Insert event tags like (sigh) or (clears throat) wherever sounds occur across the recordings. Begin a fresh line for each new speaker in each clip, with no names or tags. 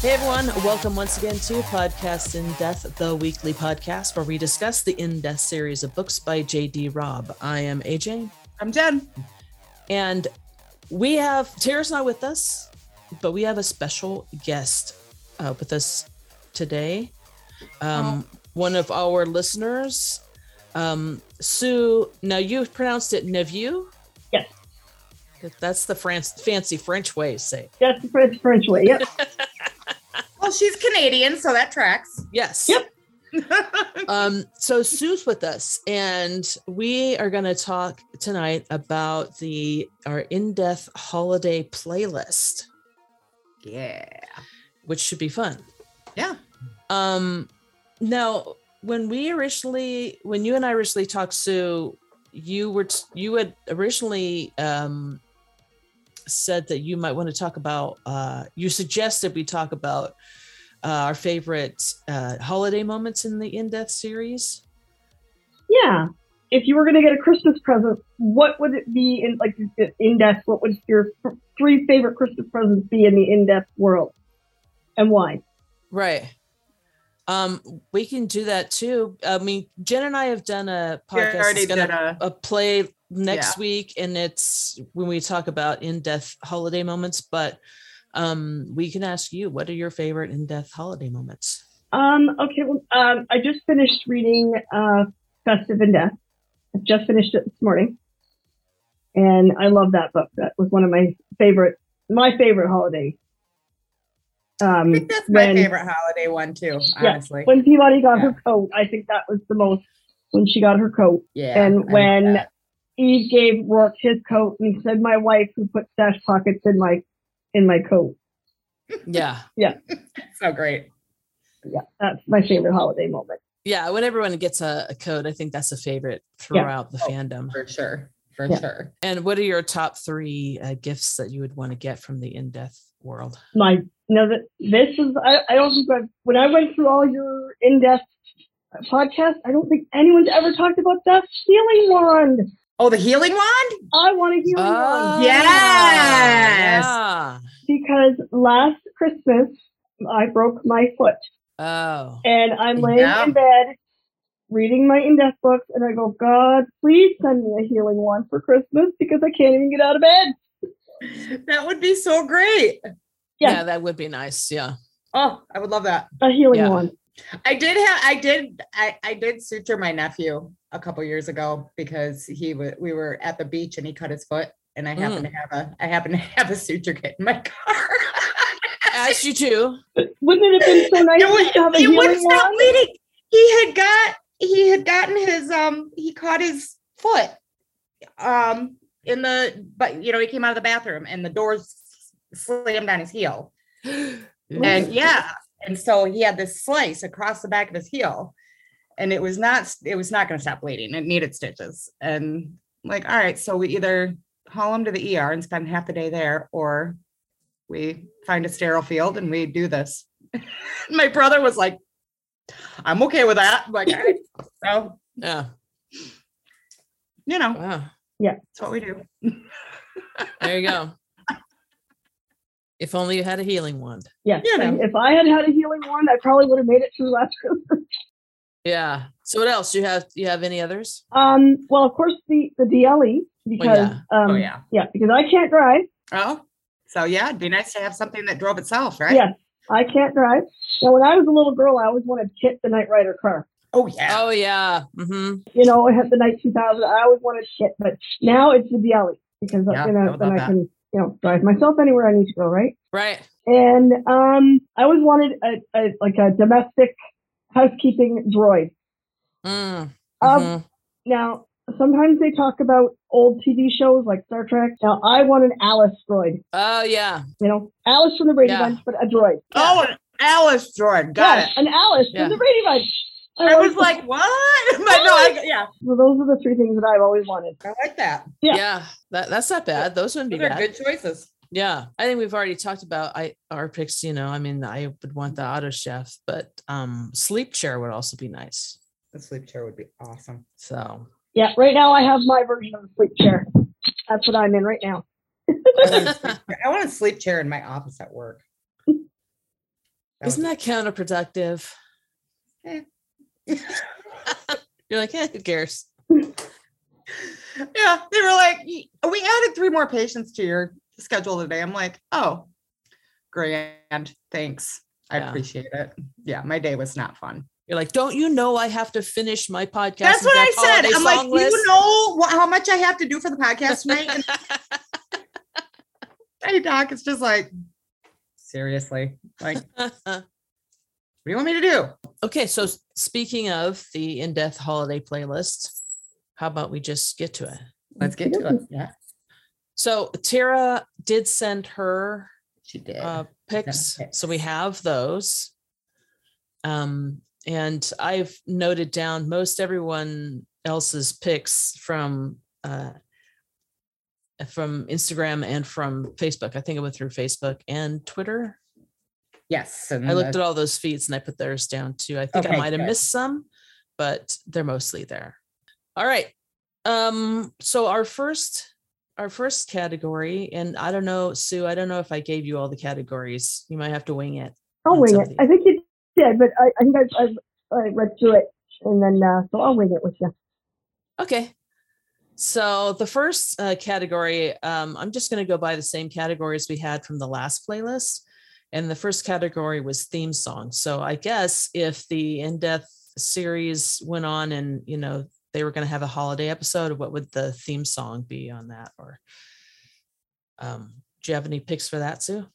Hey everyone, welcome once again to Podcast in Death, the weekly podcast where we discuss the in death series of books by J.D. Robb. I am AJ,
I'm Jen.
and we have Tara's not with us, but we have a special guest uh, with us today. Um, One of our listeners, um, Sue. Now you pronounced it Neveu.
Yes.
that's the France, fancy French way to say. It.
That's the French French way. Yep.
(laughs) Well, she's (laughs) Canadian, so that tracks.
Yes.
Yep.
um, so Sue's with us, and we are going to talk tonight about the our in-depth holiday playlist,
yeah.
which should be fun.
Yeah.
Um, now, when we originally, when you and I originally talked, Sue, you were t- you had originally um, said that you might want to talk about. Uh, you suggested we talk about uh, our favorite uh, holiday moments in the in-depth series.
yeah. If you were going to get a Christmas present, what would it be in like in depth? What would your f- three favorite Christmas presents be in the in depth world, and why?
Right. Um, we can do that too. I mean, Jen and I have done a
We
podcast.
already
It's gonna
did a.
a play next week, and it's when we talk about in-depth holiday moments. But um, we can ask you, what are your favorite in-depth holiday moments?
Um. Okay. Well, um, I just finished reading uh, Festive in Death. I just finished it this morning, and I love that book. That was one of my favorite, my favorite holiday.
I
Um,
think that's my
when-
favorite holiday one too.
Yeah.
Honestly.
when Peabody got
Yeah.
her coat, I think that was the most when she got her coat.
Yeah.
and
I like
when-
that.
Eve gave Rourke his coat and said, "My wife who put stash pockets in my in my coat."
Yeah,
so great.
Yeah, that's my favorite holiday moment.
yeah. When everyone gets a, a code, I think that's a favorite throughout the
Oh.
fandom.
For sure. For
Yeah.
sure.
And what are your top three uh, gifts that you would want to get from the in-depth world?
My now that this is, I, I don't think I've, when I went through all your in depth podcasts, I don't think anyone's ever talked about that healing wand.
Oh, the healing wand?
I want a healing wand.
Ah,
Oh, Yes.
yeah.
because last Christmas I broke my foot.
Oh.
and I'm laying
Yeah.
in bed reading my in-depth books, and I go, God, please send me a healing wand for Christmas because I can't even get out of bed.
That would be so great.
Yeah.
yeah, that would be nice.
(laughs)
Yeah.
Oh, I would love that.
A healing
Yeah.
wand.
I did have I did I I did suture my nephew a couple years ago because he wa we were at the beach and he cut his foot and I happened
Mm.
to have a I happened to (laughs) have a suture kit in my car. (laughs)
As you do.
Wouldn't it have been so nice
it wa-
just to have a
it wouldn't
healing
stop
wand?
bleeding. He had got he had gotten his um he caught his foot um in the but you know he came out of the bathroom and the doors slammed on his heel. and yeah and so he had this slice across the back of his heel and it was not it was not going to stop bleeding it needed stitches and like all right so we either haul him to the er and spend half the day there or we find a sterile field and we do this (laughs) my brother was like i'm okay with that I'm like all right. so
yeah.
you know
Wow.
that's what we do
There you go. If only you had a healing wand.
Yeah.
You know.
If I had had a healing wand, I probably would have made it through last Christmas.
Yeah. So what else? You have you have any others?
Um, well, of course, the, the DLE, because, um,
oh yeah
yeah, because I can't drive.
oh so yeah it'd be nice to have something that drove itself right
Yes, I can't drive. Now, when I was a little girl, I always wanted to hit the Knight Rider car.
oh yeah
Oh yeah. hmm
you know, I had the night 2000. I always wanted shit, but now it's the Bialy because
Yeah,
you
I
know,
would
then
love
I
that.
can, you know, drive myself anywhere I need to go, right?
Right.
And um, I always wanted a, a like a domestic housekeeping droid.
Mm,
Um,
Mm-hmm.
mhm.
now sometimes they talk about old TV shows like Star Trek. Now I want an Alice droid,
Oh yeah.
you know, Alice from the Brady
Yeah.
Bunch, but a droid.
oh an alice droid got
yeah,
it
an Alice
Yeah.
from the Brady Bunch.
I was
always-
like, what? (laughs) But no, I, yeah,
so those are the three things that I've always wanted.
I like that.
yeah.
yeah. That that's not bad. Those wouldn't be
Those are
bad.
good choices.
Yeah. I think we've already talked about I our picks, you know. I mean, I would want the auto chef, but um sleep chair would also be nice.
The sleep chair would be (laughs) awesome.
So
Yeah, right now I have my version of a sleep chair. That's what I'm in right now.
I want a sleep chair in my office at work. That
Isn't
was-
that counterproductive?
Eh.
(laughs) You're like, eh, who cares?
yeah, they were like, "Y- we added three more patients to your schedule today. I'm like, oh, grand. Thanks. I
Yeah.
appreciate it. Yeah, my day was not fun.
You're like, don't you know I have to finish my podcast? and
That's what I
that
said.
holiday
I'm like,
song
"Do you
list?"
know what, how much I have to do for the podcast tonight? (laughs) And hey, Doc, it's just like, seriously, like, (laughs) what do you want me to do?
(laughs) okay, so s- speaking of the in death holiday playlist, how about we just get to it?
Let's get to it. Yeah,
So Tara did send her
she did.
uh, pics,
pics.
so we have those. Um, and I've noted down most everyone else's pics from uh, from Instagram and from Facebook. I think it went through Facebook and Twitter.
yes, and
I looked
the-
at all those feeds and I put theirs down too. I think I
Okay,
might have
good.
missed some, but they're mostly there. All right. Um, so our first our first category, and I don't know, Sue, I don't know if I gave you all the categories. You might have to wing it.
I'll wing it.
Something.
I think you did, but I, I think I, I, I read through it, and then uh, so I'll wing it with you.
Okay. So the first uh, category, um, I'm just going to go by the same categories we had from the last playlist. And the first category was theme song. So I guess if the in depth series went on and, you know, they were going to have a holiday episode, what would the theme song be on that? Or um, do you have any picks for that, Sue?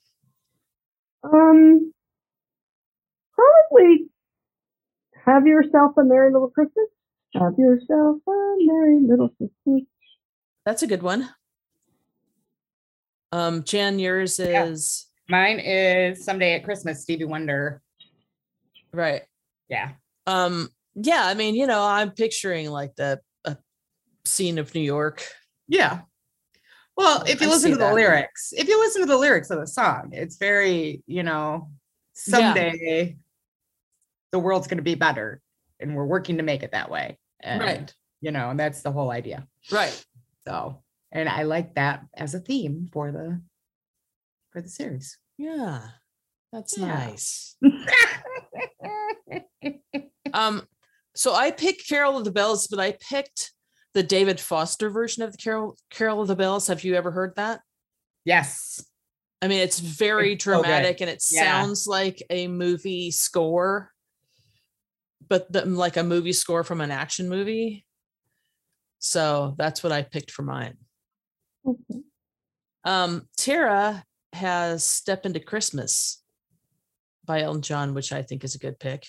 Um, probably have yourself a merry little Christmas. Have yourself a merry little Christmas.
That's a good one. Um, Jan, yours
Yeah.
is
mine is someday at Christmas, Stevie Wonder.
right.
Yeah,
um yeah i mean you know i'm picturing like the a scene of new york
yeah. Well, if you
I
listen
see
to the
that.
lyrics, if you listen to the lyrics of the song, it's very, you know,
Yeah.
someday the world's going to be better, and we're working to make it that way. And,
Right.
You know, and that's the whole idea.
right
So, and I like that as a theme for the for the (laughs) series.
yeah that's
Yeah.
nice um so i picked carol of the bells but i picked the david foster version of the carol carol of the bells have you ever heard that
yes.
i mean it's very
It's so good.
dramatic and it
Yeah.
sounds like a movie score but the, like a movie score from an action movie so that's what i picked for mine
Okay.
Um, Tara has Step Into Christmas by Elton John, which I think is a good pick.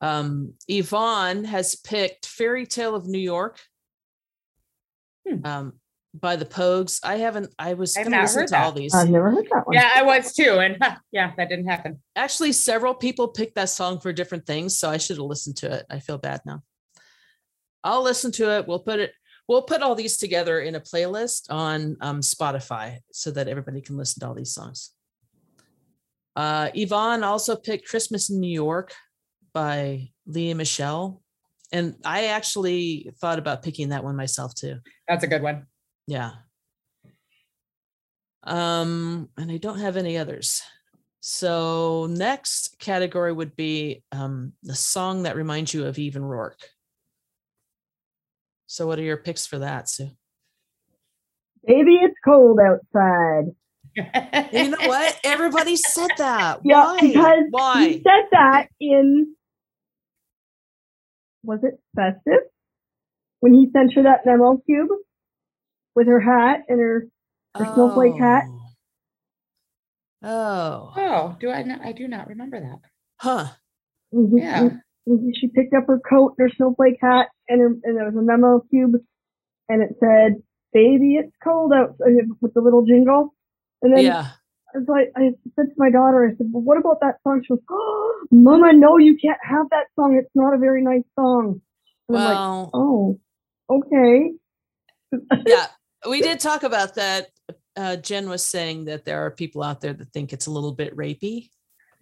Um, Yvonne has picked Fairy Tale of New York
Hmm.
um, by the Pogues. I haven't, I was
I've
going to
not
listen
heard
to all
that.
these.
I've never heard that one.
Yeah, I was too, and huh, yeah, that didn't happen.
Actually, several people picked that song for different things, so I should have listened to it. I feel bad now. I'll listen to it. We'll put it. We'll put all these together in a playlist on um, Spotify so that everybody can listen to all these songs. Uh, Yvonne also picked "Christmas in New York" by Leah Michelle, and I actually thought about picking that one myself too.
That's a good one.
Yeah. Um, and I don't have any others. So next category would be um the song that reminds you of Even Rourke. So what are your picks for that, Sue?
Baby, it's cold outside.
You
(laughs)
know
(laughs)
what? Everybody said that.
Yeah,
Why?
because you
Why?
said that in was it festive when he sent her that memo cube with her hat and her for Snowflake Hat?
Oh. Oh.
Oh, do I not? I do not remember that.
Huh.
and he-
(laughs) Yeah.
and she picked up her coat and her snowflake hat and her, and there was a memo cube and it said baby it's cold out uh, with the little jingle and then
Yeah.
I was like, I said to my daughter, I said, well, what about that song? She was, oh, Mama, no, you can't have that song. It's not a very nice song. And I'm like, (laughs)
Well,
oh, okay.
yeah, we did talk about that. Uh, Jen was saying that there are people out there that think it's a little bit rapey.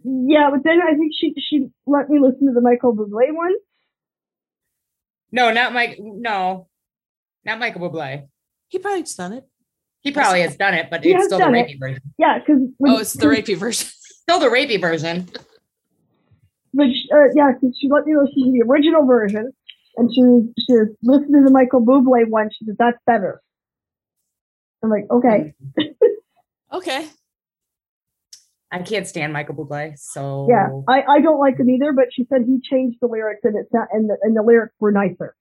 Yeah, but then I think she she let me listen to the Michael Bublé one.
No, not Mike. No, not Michael Bublé.
He probably's done it.
He probably has done it, but
He
it's
has
still the
done it.
rapey version.
Yeah, because
Oh, it's the Oh, rapey version. (laughs)
Still the rapey version.
But uh, yeah, 'cause she let me listen to the original version, and she was- she was listening to Michael Bublé one. She said that's better. I'm like, okay,
Okay.
I can't stand Michael Bublé. So
yeah, I, I don't like him either. But she said he changed the lyrics, and it's not, and the, and the lyrics were nicer.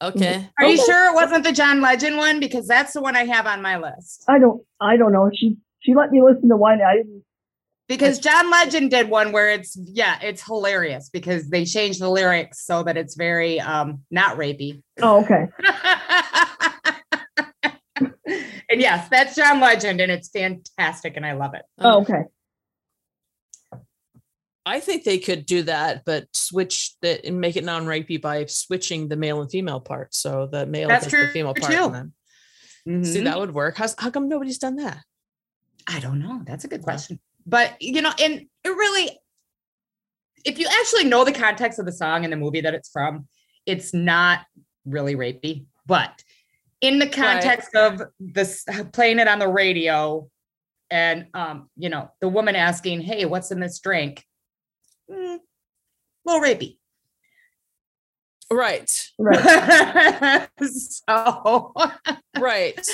Okay. Oh,
Are you
Okay.
sure it wasn't the John Legend one? Because that's the one I have on my list.
I don't I don't know. She she let me listen to one. I didn't.
Because John Legend did one where it's yeah, it's hilarious because they changed the lyrics so that it's very um not rapey. (laughs)
Oh, okay.
and yes, that's John Legend, and it's fantastic, and I love it.
Oh, okay.
I think they could do that, but switch that and make it non-rapey by switching the male and female part. So the male
That's
has the
true,
female part.
too.
And then,
Mm-hmm.
See,
Mhm.
that would work. How's, how come nobody's done that?
I don't know. That's a good question. But you know, and it really, if you actually know the context of the song and the movie that it's from, it's not really rapey. But in the context of this playing it on the radio, and um, you know, the woman asking, "Hey, what's in this drink?" Mm, little rapey.
(laughs)
(laughs)
Right.
Right.
so (laughs)
Right.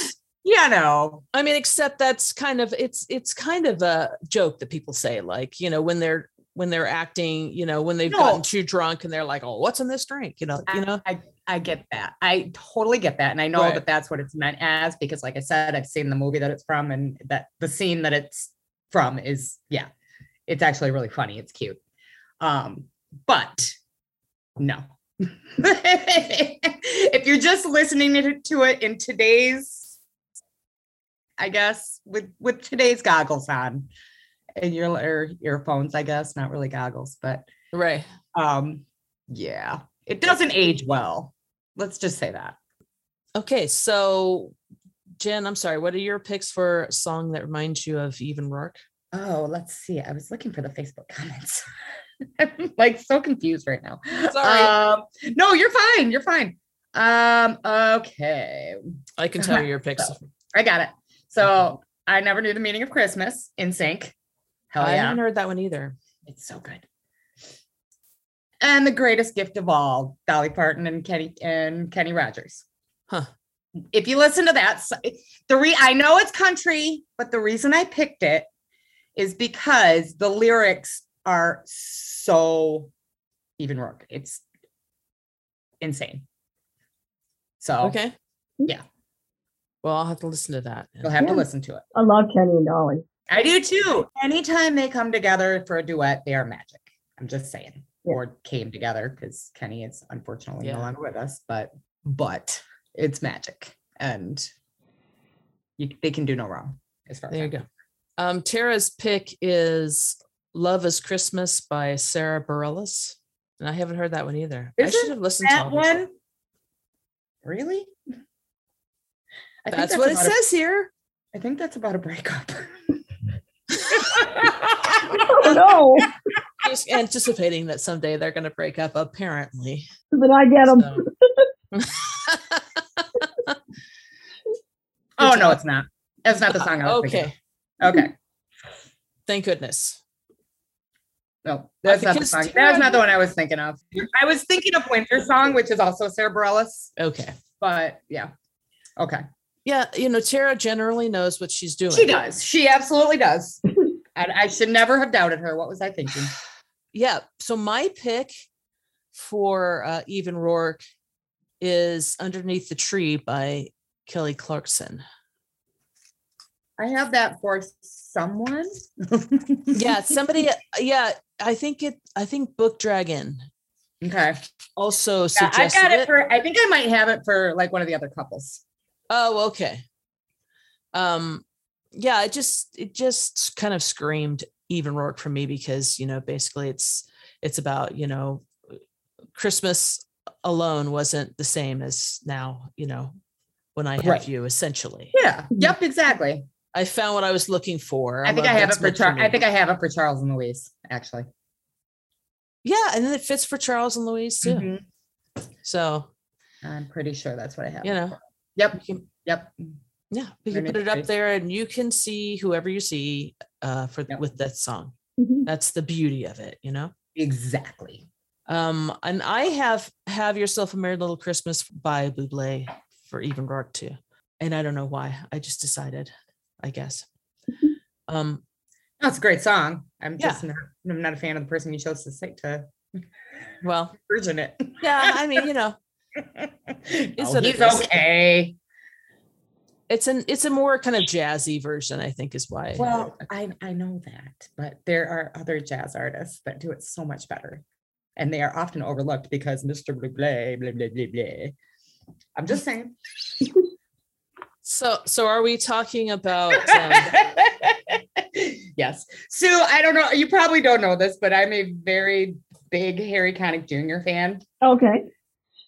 you know,
I mean, except that's kind of it's it's kind of a joke that people say, like, you know, when they're when they're acting, you know, when they've
No. Ah.
gotten too drunk and they're like, oh, what's in this drink? You know, you know.
I, I get that. I totally get that. And I know
Right.
that that's what it's meant as because, like I said, I've seen the movie that it's from and that the scene that it's from is, yeah, it's actually really funny. It's cute. Um, but no. (laughs) if you're just listening to- to it in today's, I guess, with with today's goggles on and your or earphones, I guess, not really goggles, but
Right.
um, yeah, it doesn't age well. Let's just say that.
Okay. So Jen, I'm sorry, what are your picks for a song that reminds you of Even Rourke?
Oh, let's see. I was looking for the Facebook comments. (laughs) I'm like so confused right now.
Sorry.
Um, no, you're fine. You're fine. Um, okay.
I can tell you your
(laughs) Oh,
picks.
I got it. So I never knew the meaning of Christmas in sync. Hell
I
yeah.
haven't heard that one either.
It's so good. And the greatest gift of all, Dolly Parton and Kenny and Kenny Rogers.
Huh.
If you listen to that, so- the re I know it's country, but the reason I picked it is because the lyrics are so even rock. It's insane. So
Okay.
Oh. Yeah.
Well, I'll have to listen to that.
you'll have to
Yeah.
listen to it.
I love Kenny and (laughs) Dolly.
I do too. Anytime they come together for a duet, they are magic. I'm just saying,
Yeah.
or came together because Kenny is unfortunately
Yeah.
no longer with us, but but it's magic, and you, they can do no wrong as far
There you
as
go. Um, Tara's pick is Love is Christmas by Sarah Bareilles. And I haven't heard that one either. I should
Isn't
have listened to
that
all these.
one. Really? I think
That's, what it
about a-
says
(laughs)
here.
I think that's about
(laughs)
a breakup. (laughs)
Oh no!
Just anticipating that someday they're going to break up, apparently.
So then I get them.
So-
oh
It's
no,
not-
it's not. That's not the song. I was thinking
okay.
of. Okay.
Thank goodness.
No, that's not the
because
song.
Tara-
That's not the one I was thinking of. I was thinking of Winter Song, which is also Sarah Bareilles,
Okay.
but yeah. Okay.
Yeah. You know, Tara generally knows what she's doing.
She does. She absolutely does. (laughs) And I should never have doubted her. What was I thinking?
yeah so my pick for uh, even rourke is underneath the tree by kelly
(laughs)
clarkson
(sighs) I have that for (laughs) someone.
yeah somebody yeah i think it i think book dragon
Okay.
also
Yeah, I
suggested
got
it,
it for, I think I might have it for like one of the other couples.
oh okay um yeah it just it just kind of screamed even rourke for me because you know basically it's it's about you know christmas alone wasn't the same as now you know when i have
Right.
you essentially
Yeah. Yep. Exactly.
I found what I was looking for.
I think
love
I have it
that's
for,
meant
Char-
me.
I think I have it for Charles and Louise, actually.
yeah, and then it fits for Charles and Louise too.
Mhm.
So
I'm pretty sure that's what I have.
you know,
Yep.
you can-
Yep.
Yeah, we can
Turn
put
it
it up
right.
there, and you can see whoever you see uh, for
Yep.
with that song.
Mhm.
That's the beauty of it, you know.
Exactly.
Um, and I have "Have Yourself a Merry Little Christmas" by Buble for even Rourke too, and I don't know why. I just decided, I guess. Um,
That's a great song. I'm
Yeah.
just not, I'm not a fan of the person you chose to say to
well,
version it.
yeah, I mean, you know,
No,
what it
Oh, he's
is.
okay.
it's an it's a more kind of jazzy version, I think, is why.
Well, I, I know that, but there are other jazz artists that do it so much better. And they are often overlooked because Mr. Blah, blah, blah, blah, blah, blah. I'm just saying.
so so are we talking about?
Oh,
Um,
(laughs) yes. Sue, I don't know. You probably don't know this, but I'm a very big Harry Connick Jr. fan.
(laughs) Okay.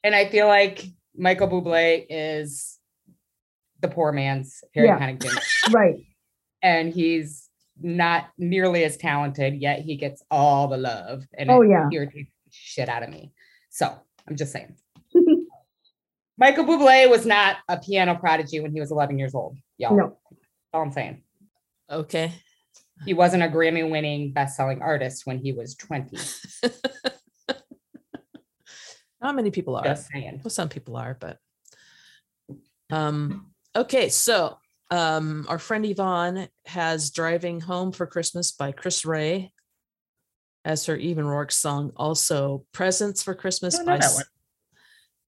And I feel like Michael Bublé is the poor man's Harry
Yeah.
Connick Jr.
Right.
and he's not nearly as talented, yet he gets all the love. And
Oh,
it
yeah.
irritates the shit out of me. So I'm just
(laughs)
saying. Michael Bublé was not a piano prodigy when he was 11 years old, y'all.
No.
All I'm saying.
okay,
He wasn't a Grammy winning best selling artist when he was 20.
not many people are.
Just saying.
Well, some people are, but um okay, so um our friend Yvonne has Driving Home for Christmas by Chris Ray as her Even Rourke song. Also Presents for Christmas
Don't know
by
that
S-
one.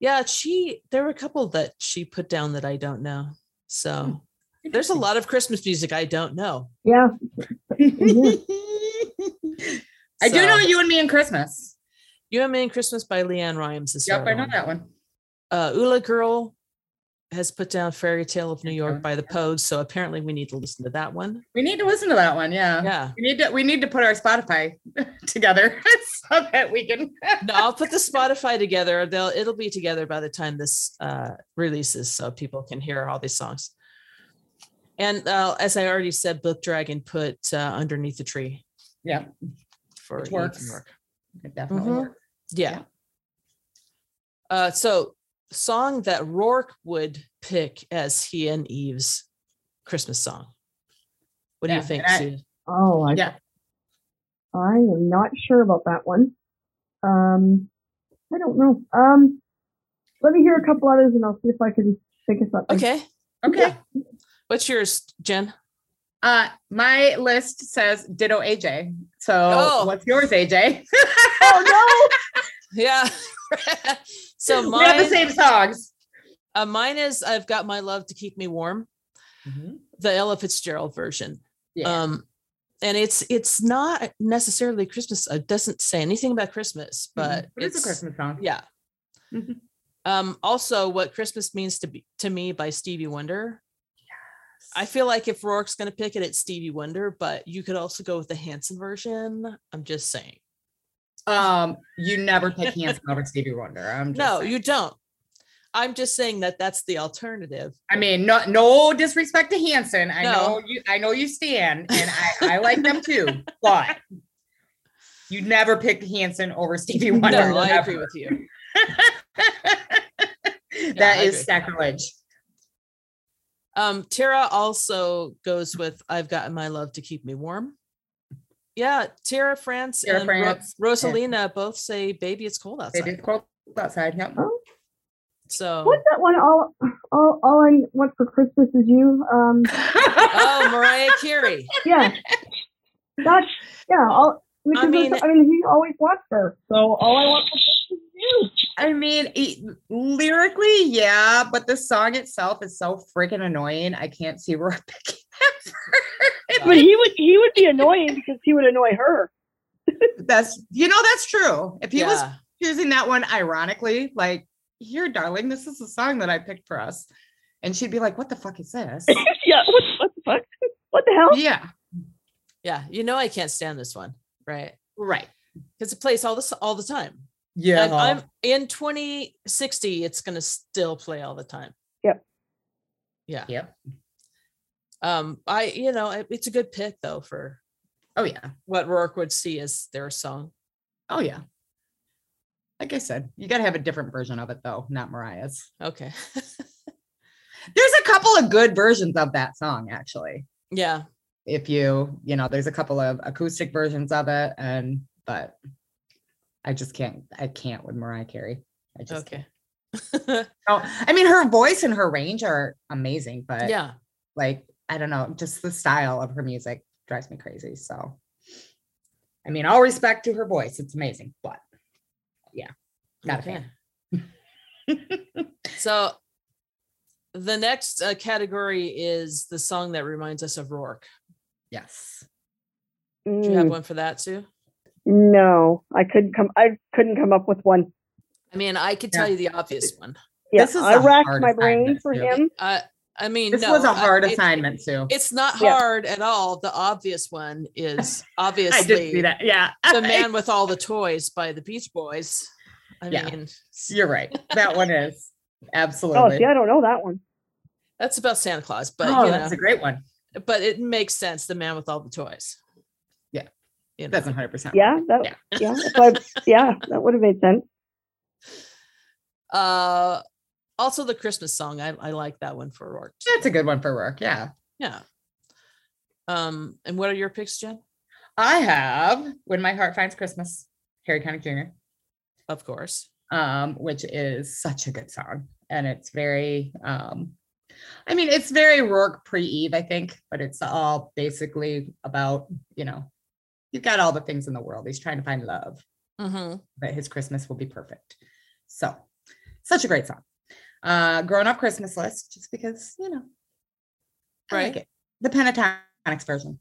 Yeah, she there were a couple that she put down that I don't know.
Hmm,
So there's a lot of Christmas music I don't know.
Yeah.
(laughs) I do know
So,
You and Me and Christmas.
You and Me and Christmas by Leanne Rhymes is
Yep,
the
I
other
know
one.
that one.
uh Ula Girl has put down Fairy Tale of New
Yeah.
York by the Pogues. So apparently we need to listen to that one.
We need to listen to that one. Yeah.
Yeah.
We need to we need to put our Spotify (laughs) together (laughs) so that we can (laughs)
No, I'll put the Spotify together. They'll it'll be together by the time this uh releases so people can hear all these songs. And uh, as I already said, Book Dragon put uh, underneath the tree.
Yeah.
For
Which
Ethan
works.
Rourke.
It definitely
Mhm.
work.
Yeah.
Yeah.
Uh, so song that Rourke would pick as he and Eve's Christmas song. What do
Yeah,
you think,
and I-
Sue?
Oh, I,
Yeah.
I am not sure about that one. Um, I don't know. Um, let me hear a couple others and I'll see if I can think of something.
Okay.
Okay.
What's yours, Jen?
Uh my list says ditto AJ. So
Oh.
what's yours, AJ?
Oh
Yeah. (laughs) so
(laughs) we have the
mine,
same songs.
uh, mine is I've Got My Love to Keep Me Warm. Mm-hmm.
Mm-hmm.
the Ella Fitzgerald version.
Yeah.
Um, and it's it's not necessarily Christmas. It doesn't say anything about Christmas, but
it's, Mm-hmm. a Christmas song.
Yeah.
Mhm.
Um, also, what Christmas means to be to me by Stevie Wonder. I feel like if Rourke's gonna pick it, it's Stevie Wonder, but you could also go with the Hanson version. I'm just saying.
Um, you never pick Hanson (laughs) over Stevie Wonder. I'm just
No,
saying.
you don't. I'm just saying that that's the alternative.
I mean, no, no disrespect to Hanson. I
No.
know you. I know you stand, and I, I like them too. But you never picked Hanson over Stevie
No,
Wonder.
No, I agree
ever.
with you.
(laughs)
I
that
agree.
is sacrilege.
Um, Tara also goes with "I've Got My Love to Keep Me Warm." Yeah, Tara France
Tara
and Ro-
France,
Rosalina both say "Baby, it's cold
They
outside."
did cold outside.
(laughs)
Yep.
no!
So,
(laughs) Oh, what's that one? All, all, all I want for Christmas is you. Um,
oh, Mariah Carey.
(laughs) yeah. That's yeah. All, because
I mean-
that's- I mean, he always wants her. So all I want for Christmas is you.
I mean, e- lyrically, yeah, but the song itself is so freaking annoying. I can't see where I'm picking (laughs) that
But he would, he would be annoying because he would annoy her.
for. That's you know that's true. If (laughs) he was
yeah,
choosing that one ironically like here darling this is the song that i picked for us and she'd be like what the fuck is this
Yeah. What, what the fuck? What the hell?
yeah
yeah, you know I can't stand this one, right?
right
Because it plays all this all the time.
yeah
And I'm in 2060, it's gonna still play all the time.
Yep.
Yeah.
Yep.
Um, I you know it- it's a good pick though for
oh yeah
what Rourke would see as their song.
oh yeah like i said you gotta have a different version of it though not mariah's
Okay.
There's a couple of good versions of that song, actually.
(laughs) Yeah.
If you, you know, there's a couple of acoustic versions of it, and but I just can't. I can't with Mariah Carey. I just (laughs)
Okay.
can't. No, I mean, her voice and her range are amazing,
(laughs)
but yeah.
yeah.
like I don't know, just the style of her music drives me crazy. So, I mean, all respect to her voice; it's amazing, but yeah, not a fan. (laughs)
so the next uh, category is the song that reminds us of Rourke.
Yes.
Do you have
Mm,
one for that too?
no, I couldn't come. I couldn't come up with one.
I mean, I could tell you the obvious one.
Yeah,
This is
I
a
racked
hard
my brain
assignment,
for
too.
him.
I I uh, mean,
This
no,
was a
I-
hard
it-
assignment, Sue.
It's not
Yeah.
hard at all. The obvious one is
(laughs) I did see
obviously
that. Yeah. (laughs)
the man with all the toys by the Beach Boys. I
Yeah.
mean,
You're right. That one is
Oh,
absolutely.
see, I don't know that one.
that's about Santa Claus, but
oh,
you know,
that's a great one.
but it makes sense. The man with all the toys.
Yeah.
you know.
That's 100%.
Yeah, that.
Yeah.
Yeah, if I, yeah, that would have made
(laughs)
sense.
Uh, also the Christmas song. I I like that one for Rourke. too.
That's a good one for work. Yeah.
Yeah. Um, and what are your picks, Jen?
I have When My Heart Finds Christmas, Harry Connick Jr.
Of course.
um, which is such a good song. And it's very, um, I mean, it's very Rourke pre Eve, I think, but it's all basically about, you know, you've got all the things in the world. He's trying to find love,
Mm-hmm.
but his Christmas will be perfect. So, such a great song. Uh, Grown Up Christmas List, just because, you know, I like
Right.
it. The Pentatonics version.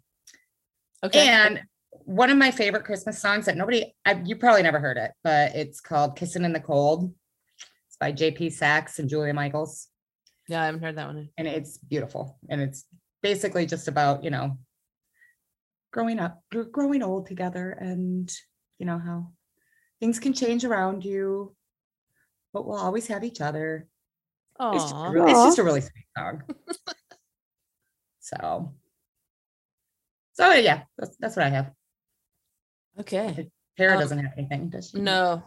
Okay.
And one of my favorite Christmas songs that nobody, I, you probably never heard it, but it's called Kissing in the Cold. It's by JP Sachs and Julia Michaels.
yeah, I haven't heard that one.
And it's beautiful. And it's basically just about, you know, growing up, gr- growing old together and, you know, how things can change around you, but we'll always have each other. It's just, a
Oh,
re- it's
Aw.
just a really sweet song. (laughs) so, so yeah, that's, that's what I have.
okay.
Tara
Um,
doesn't have anything, does she?
No.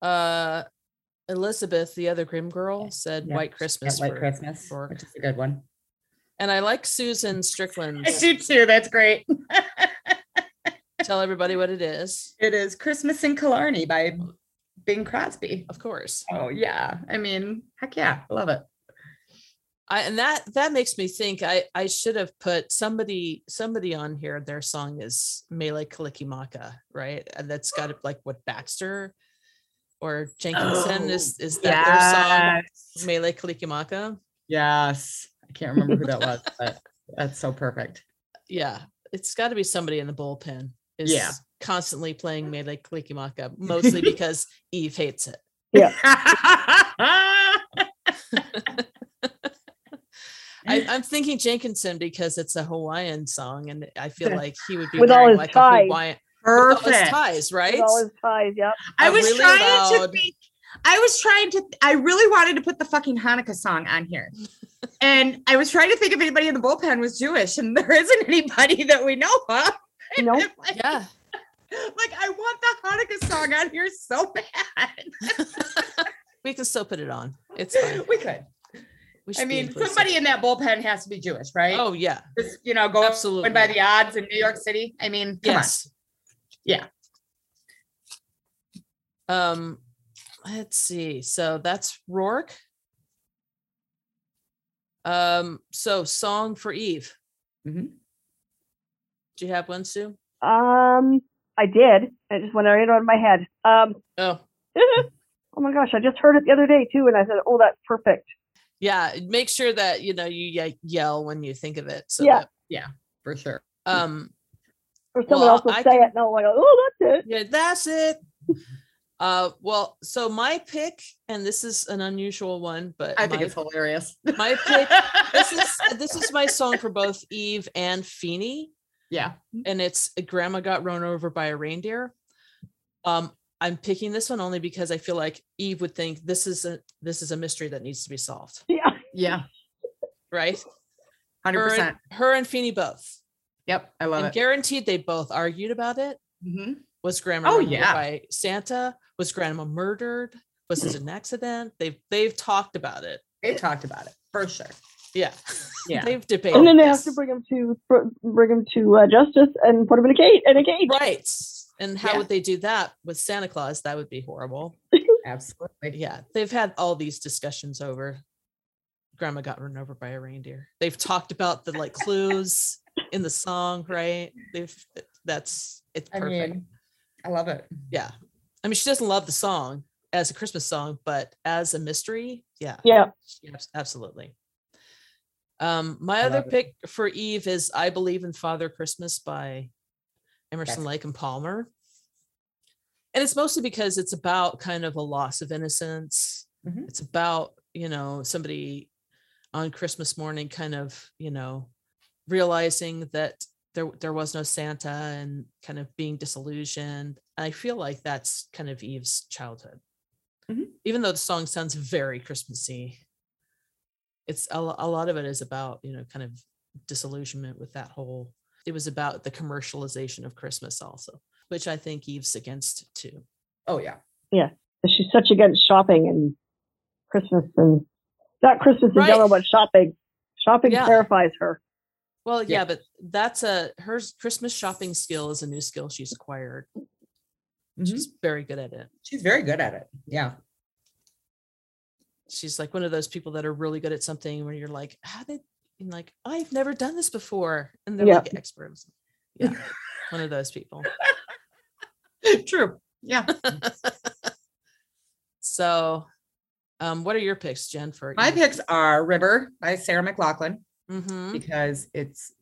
Uh, Elizabeth, the other Grim girl, said
Yeah,
"White
Yeah,
Christmas."
White
for-
Christmas,
for-
which is a good one.
And I like Susan
(laughs)
Strickland.
I do too. That's great.
Tell everybody what it is.
it is Christmas in Killarney by Bing Crosby.
Of course.
Oh yeah, I mean, heck yeah, I love it.
I and that that makes me think I I should have put somebody somebody on here. Their song is Mele Kalikimaka, right? And that's got it like what Baxter or Jenkinson
Oh,
is is that their song Mele Kalikimaka?
Yes, I can't remember who that was, but that's so perfect.
Yeah, it's got to be somebody in the bullpen is
Yeah.
constantly playing Mele
(laughs)
Kalikimaka, mostly because Eve hates it. I,
(laughs)
I'm thinking Jenkinson because it's a Hawaiian song, and I feel
(laughs) Yeah.
like he would be
With all
wearing
his
like
ties.
a Hawaiian with all his
perfect.
ties, right?
With all his (laughs) ties.
(laughs)
Yep.
I
are
was
really
trying
loud.
to think. I was trying to. I really wanted to put the fucking Hanukkah song on here,
(laughs)
and I was trying to think if anybody in the bullpen was Jewish, and (laughs) there isn't anybody that we know of. And
Oh.
Nope.
I'm (laughs)
(laughs)
like,
yeah.
like, I want the Hanukkah song on here so (laughs) bad.
We can still put it on. It's fine.
We could.
We
I
should be
mean,
inclusive.
somebody in that bullpen has to be Jewish, right?
Oh yeah,
Just, you know, going
Absolutely.
by the odds in New York City. I mean, come on.
yes,
Yeah.
Um, let's see. So that's Rourke. Um, so song for Eve.
Mhm.
Do you have one, Sue?
Um, I did. It just went right out of my head. Um, (laughs)
Oh,
oh my gosh, I just heard it the other day too, and I said, "Oh, that's perfect."
yeah. Make sure that you know you ye- yell when you think of it. So
Yeah.
for sure.
that- um,
Or someone
Well,
else will
I
say
can-
it, and I'll go, "Oh, that's it." (laughs)
Yeah, that's it. Uh, well, so my pick, and this is an unusual one, but
I think
my, (laughs)
it's hilarious. (laughs)
my pick. This is this is my song for both Eve and Feeney,
yeah.
and it's "Grandma Got Run Over by a Reindeer." Um, I'm picking this one only because I feel like Eve would think this is a this is a mystery that needs to be solved,
Yeah.
Yeah.
right? Her
100%.
and, her and Feeney both,
Yep. I love
and
it.
guaranteed they both argued about it.
Mhm.
Was grandma
Oh,
run over
yeah.
by Santa? Was grandma murdered? Was it an accident? They've they've talked about it.
They talked about it for sure.
Yeah. (laughs)
Yeah.
They've debated.
and then they have
this.
to bring him to br- bring him to uh, justice and put him in a cage. In a cage.
right. And how
Yeah.
would they do that with Santa Claus? That would be horrible.
Absolutely.
Yeah. They've had all these discussions over. Grandma got run over by a reindeer. They've talked about the like clues in the song, right? They've that's it's
I
perfect.
mean, I love it.
yeah. I mean, she doesn't love the song as a Christmas song, but as a mystery, yeah.
Yeah.
Yes, absolutely. Um, my
I
other
love it.
pick for Eve is I Believe in Father Christmas by Emerson
Yes.
Lake and Palmer. And it's mostly because it's about kind of a loss of innocence.
Mhm.
It's about, you know, somebody on Christmas morning kind of, you know, realizing that there there was no Santa and kind of being disillusioned. I feel like that's kind of Eve's childhood.
Mhm.
Even though the song sounds very Christmassy, it's a, lo- a lot of it is about you know kind of disillusionment with that whole it was about the commercialization of christmas also which i think eve's against too
Oh yeah.
She's such against shopping and Christmas and not Christmas in
Right.
general, but shopping. Shopping
Yeah.
terrifies her.
well yeah,
Yeah.
but that's a her s- christmas shopping skill is a new skill she's acquired
She's,
she's very good at it
she's very good at it. Yeah.
she's like one of those people that are really good at something where you're like how did and like i've never done this before and they're
Yeah.
like experts yeah one of those people
(laughs) True. Yeah.
so um what are your picks jen for
My picks are River by Sarah McLaughlin.
mm-hmm.
because it's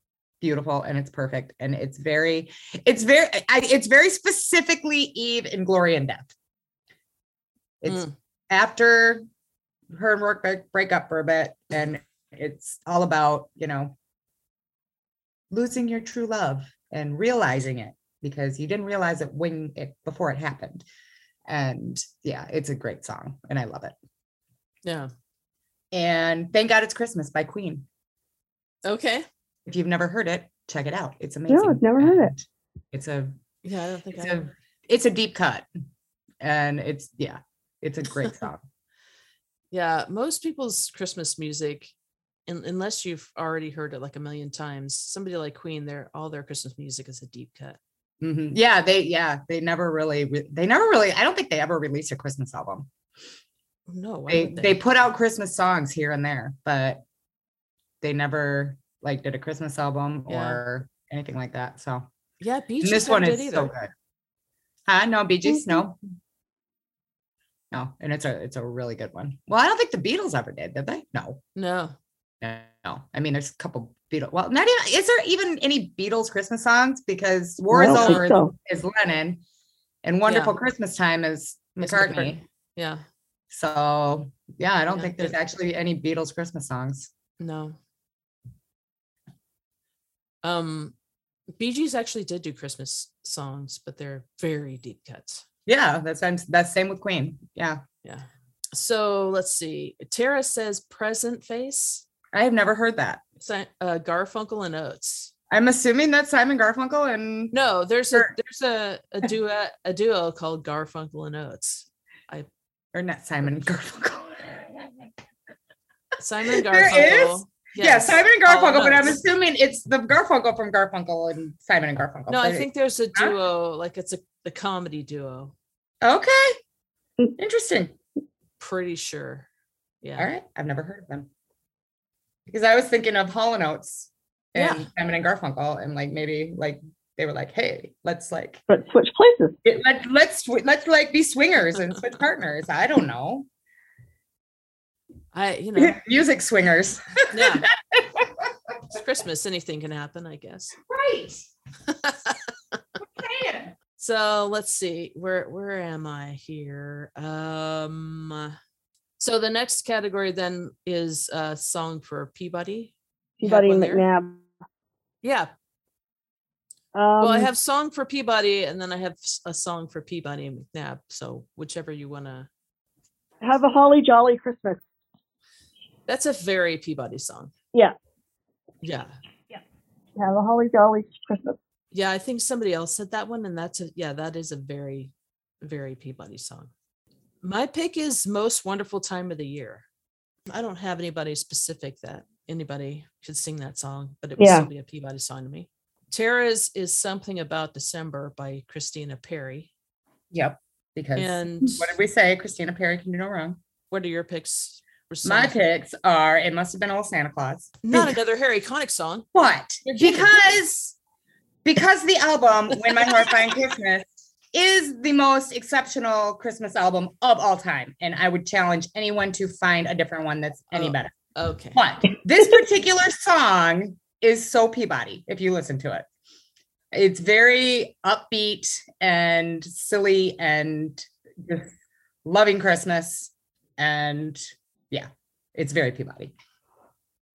beautiful and it's perfect and it's very it's very I, it's very specifically eve and glory and death it's
Mm,
after her and Rourke break, break up for a bit and it's all about you know losing your true love and realizing it because you didn't realize it when it before it happened and yeah it's a great song and i love it
yeah
and thank god it's christmas by queen
okay
if you've never heard it, check it out. It's amazing.
I've never heard it.
And It's a
yeah i don't think
it's
i
a it's a deep cut, and it's yeah, it's a
(laughs)
great song.
Yeah, most people's Christmas music, un- unless you've already heard it like a million times, somebody like Queen, their all their Christmas music is a deep cut. Mm-hmm.
Mhm. Yeah, they yeah they never really re- they never really I don't think they ever released a Christmas album.
No, why
They
would
they put out Christmas songs here and there, but they never like did a Christmas album
Yeah.
or anything like that. So
yeah, Bee
and
Gees
this one
never did Mm-hmm.
is so good. Huh? No, Bee Gees, no. No, and it's a it's a really good one. Well, I don't think the Beatles ever did, did they? No.
No,
No, I mean, there's a couple Beatles. Well, not even is there even any Beatles Christmas songs because War is
I don't think
Over is-
so.
is Lennon, and Wonderful Christmas Time is
It's
McCartney.
McCartney. yeah,
So yeah, I don't
Yeah,
think there's
there's-
actually any Beatles Christmas songs.
no. Um, Bee Gees actually did do Christmas songs, but they're very deep cuts.
Yeah, that's I'm- that's same with Queen. Yeah,
Yeah. So let's see. Tara says present face,
I have never heard that.
Si- uh, Garfunkel and Oates.
I'm assuming that's Simon Garfunkel and
No, there's a
Sure.
there's a a duet a duo called Garfunkel and Oates.
or not Simon (laughs) Garfunkel.
Simon and
(laughs) There is?
Garfunkel.
Yeah, Simon and
Oh,
Garfunkel, but I'm
Oates.
assuming it's the Garfunkel from Garfunkel and Simon and Garfunkel.
No, I
But-
think there's a
Huh?
duo, like it's a the comedy duo.
okay, interesting.
Pretty sure. Yeah.
All right. I've never heard of them. Because I was thinking of Hall and Oates
Yeah.
and Simon and Garfunkel, and like maybe like they were like, hey, let's like
But switch places.
get- let, let's sw- let's like be swingers and switch partners. I
(laughs)
don't know.
I you know,
(laughs) Music swingers. (laughs)
yeah. It's Christmas, anything can happen, I guess.
(laughs) Right. Man.
So let's see. Where where am I here? Um so the next category then is a song for Peabody. You have
Buddy
one there?
McNabb. Um,
Yeah. Well, I have song for Peabody and then I have s- a song for Peabody and McNabb. So whichever you want to.
have a holly jolly Christmas.
That's a very Peabody song.
Yeah.
Yeah.
Have a holly jolly Christmas.
Yeah, I think somebody else said that one, and that's a yeah, that is a very, very Peabody song. My pick is most wonderful time of the year I don't have anybody specific that anybody should sing that song, but it would
Yeah.
still be a Peabody song to me. Tara's is something about December by Christina Perry.
Yep. Because
And
what did we say? Christina Perry can do no wrong.
what are your picks? for
My
songs?
picks are It Must Have Been Old Santa Claus.
Not another Harry Connick song.
What?
You're joking.
Because because the album When My Horrifying Christmas is the most exceptional Christmas album of all time, and I would challenge anyone to find a different one that's any
Oh.
better.
Okay.
But this particular song is so Peabody if you listen to it. It's very upbeat and silly and just loving Christmas. And yeah, it's very Peabody.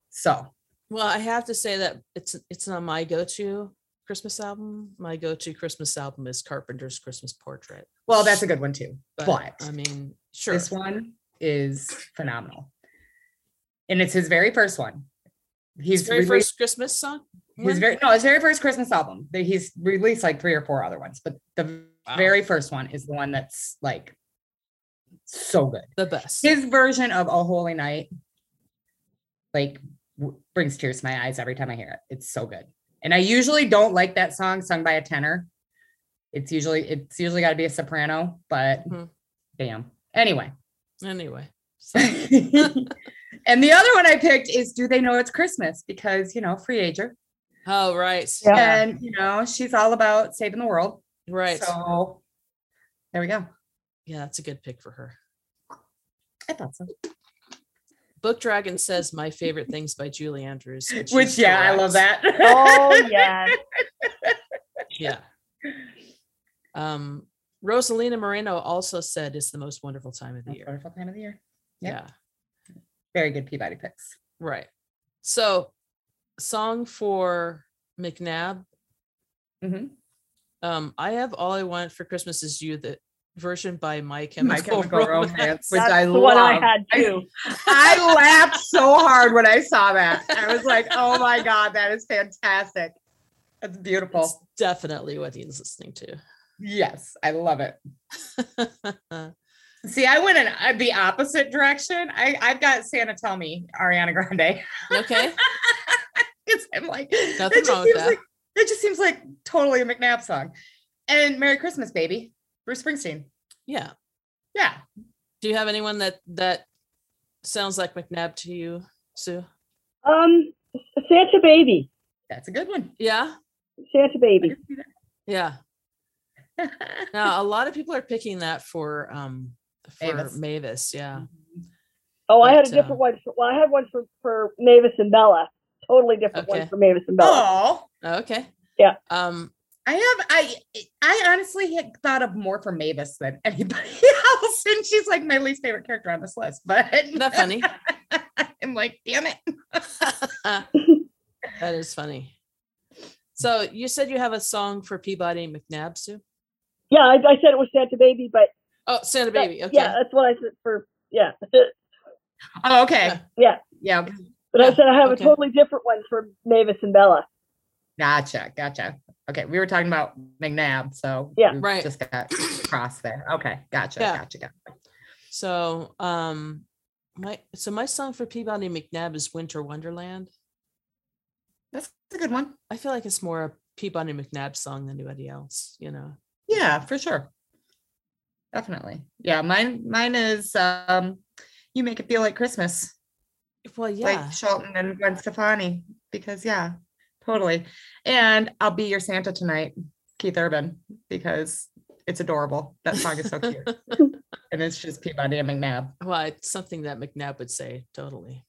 So
Well, I have to say that it's it's not my go-to Christmas album. My go-to Christmas album is Carpenter's Christmas Portrait.
Well, that's a good one too.
But,
But,
I mean, sure.
this one is phenomenal. And it's his very first one. He's
His very
released-
first Christmas song.
his very no, his very first Christmas album. That He's released like three or four other ones, but the
Wow.
very first one is the one that's like so good.
the best.
His version of "Oh Holy Night" like w- brings tears to my eyes every time I hear it. It's so good, and I usually don't like that song sung by a tenor. It's usually it's usually got to be a soprano, but
Mhm.
damn. Anyway,
Anyway, so,
(laughs) and the other one I picked is "Do They Know It's Christmas?" because you know, free ager,
oh right,
Yeah.
and you know, she's all about saving the world.
right.
So there we go.
Yeah, that's a good pick for her.
I thought so.
Book Dragon says my favorite things by Julie Andrews, and
Which
she's
yeah, I love
correct.
that. (laughs)
Oh yeah.
Yeah. Um, Rosalina Moreno also said it's the most wonderful time of the
That's
year.
wonderful time of the year. yeah.
Yeah.
Very good Peabody picks.
Right. So, song for McNabb. (laughs)
Mm-hmm.
Um, I have all I want for Christmas is you. The version by My
My
Chemical,
Chemical Romance, which
That's
I
the
love.
one I had too.
I laughed so hard when I saw that. I was like, "Oh my god, that is fantastic! That's beautiful."
It's definitely what he's listening
yes, I love it.
to.
See, I went in uh, the opposite direction. I, I've got Santa Tell Me, Ariana Grande.
(laughs) okay.
It's, I'm like,
Nothing
that just,
wrong with
seems
that.
like, that just seems like totally a McNabb song. And Merry Christmas, Baby, Bruce Springsteen.
Yeah.
Yeah.
Do you have anyone that that sounds like McNabb to you, Sue?
Um, Santa Baby.
That's a good one. (laughs)
Yeah.
Santa
I
Baby.
can see
Yeah.
that.
Now a lot of people are picking that for um for Mavis.
Mavis.
yeah.
Oh, I had a
But,
different
uh,
one. For, well, I had one for, for Mavis and Bella. Totally different
Okay.
one for Mavis and Bella.
Oh,
Okay.
Yeah.
Um
I have I I honestly had thought of more for Mavis than anybody (laughs) else, and she's like my least favorite character on this list. But
isn't that funny?
(laughs) I'm like, damn it.
that is funny. So you said you have a song for Peabody and McNabb, Sue?
Yeah, I, I said it was Santa Baby, but
Oh, Santa
that-
Baby. Okay.
yeah, that's what I said for yeah. (laughs)
Oh, okay.
Yeah.
Yeah. okay.
But I
Yeah,
said I have
okay.
a totally different one for Mavis and Bella.
Gotcha. Gotcha. Okay. We were talking about McNabb. So
Yeah.
we
Right.
Just got crossed there. Okay. Gotcha.
Yeah.
Gotcha. Gotcha.
So um my so my song for Peabody and McNabb is Winter Wonderland.
That's a good one.
I feel like it's more a Peabody and McNabb song than anybody else, you know.
Yeah, for sure. Definitely. Yeah. Mine, mine is um, you make it feel like Christmas.
Well, yeah.
like Shelton and Gwen Stefani because yeah, totally. And I'll be your Santa tonight, Keith Urban, because it's adorable. That song is so cute. and it's just Peabody and McNabb.
well, it's something that McNabb would say, totally.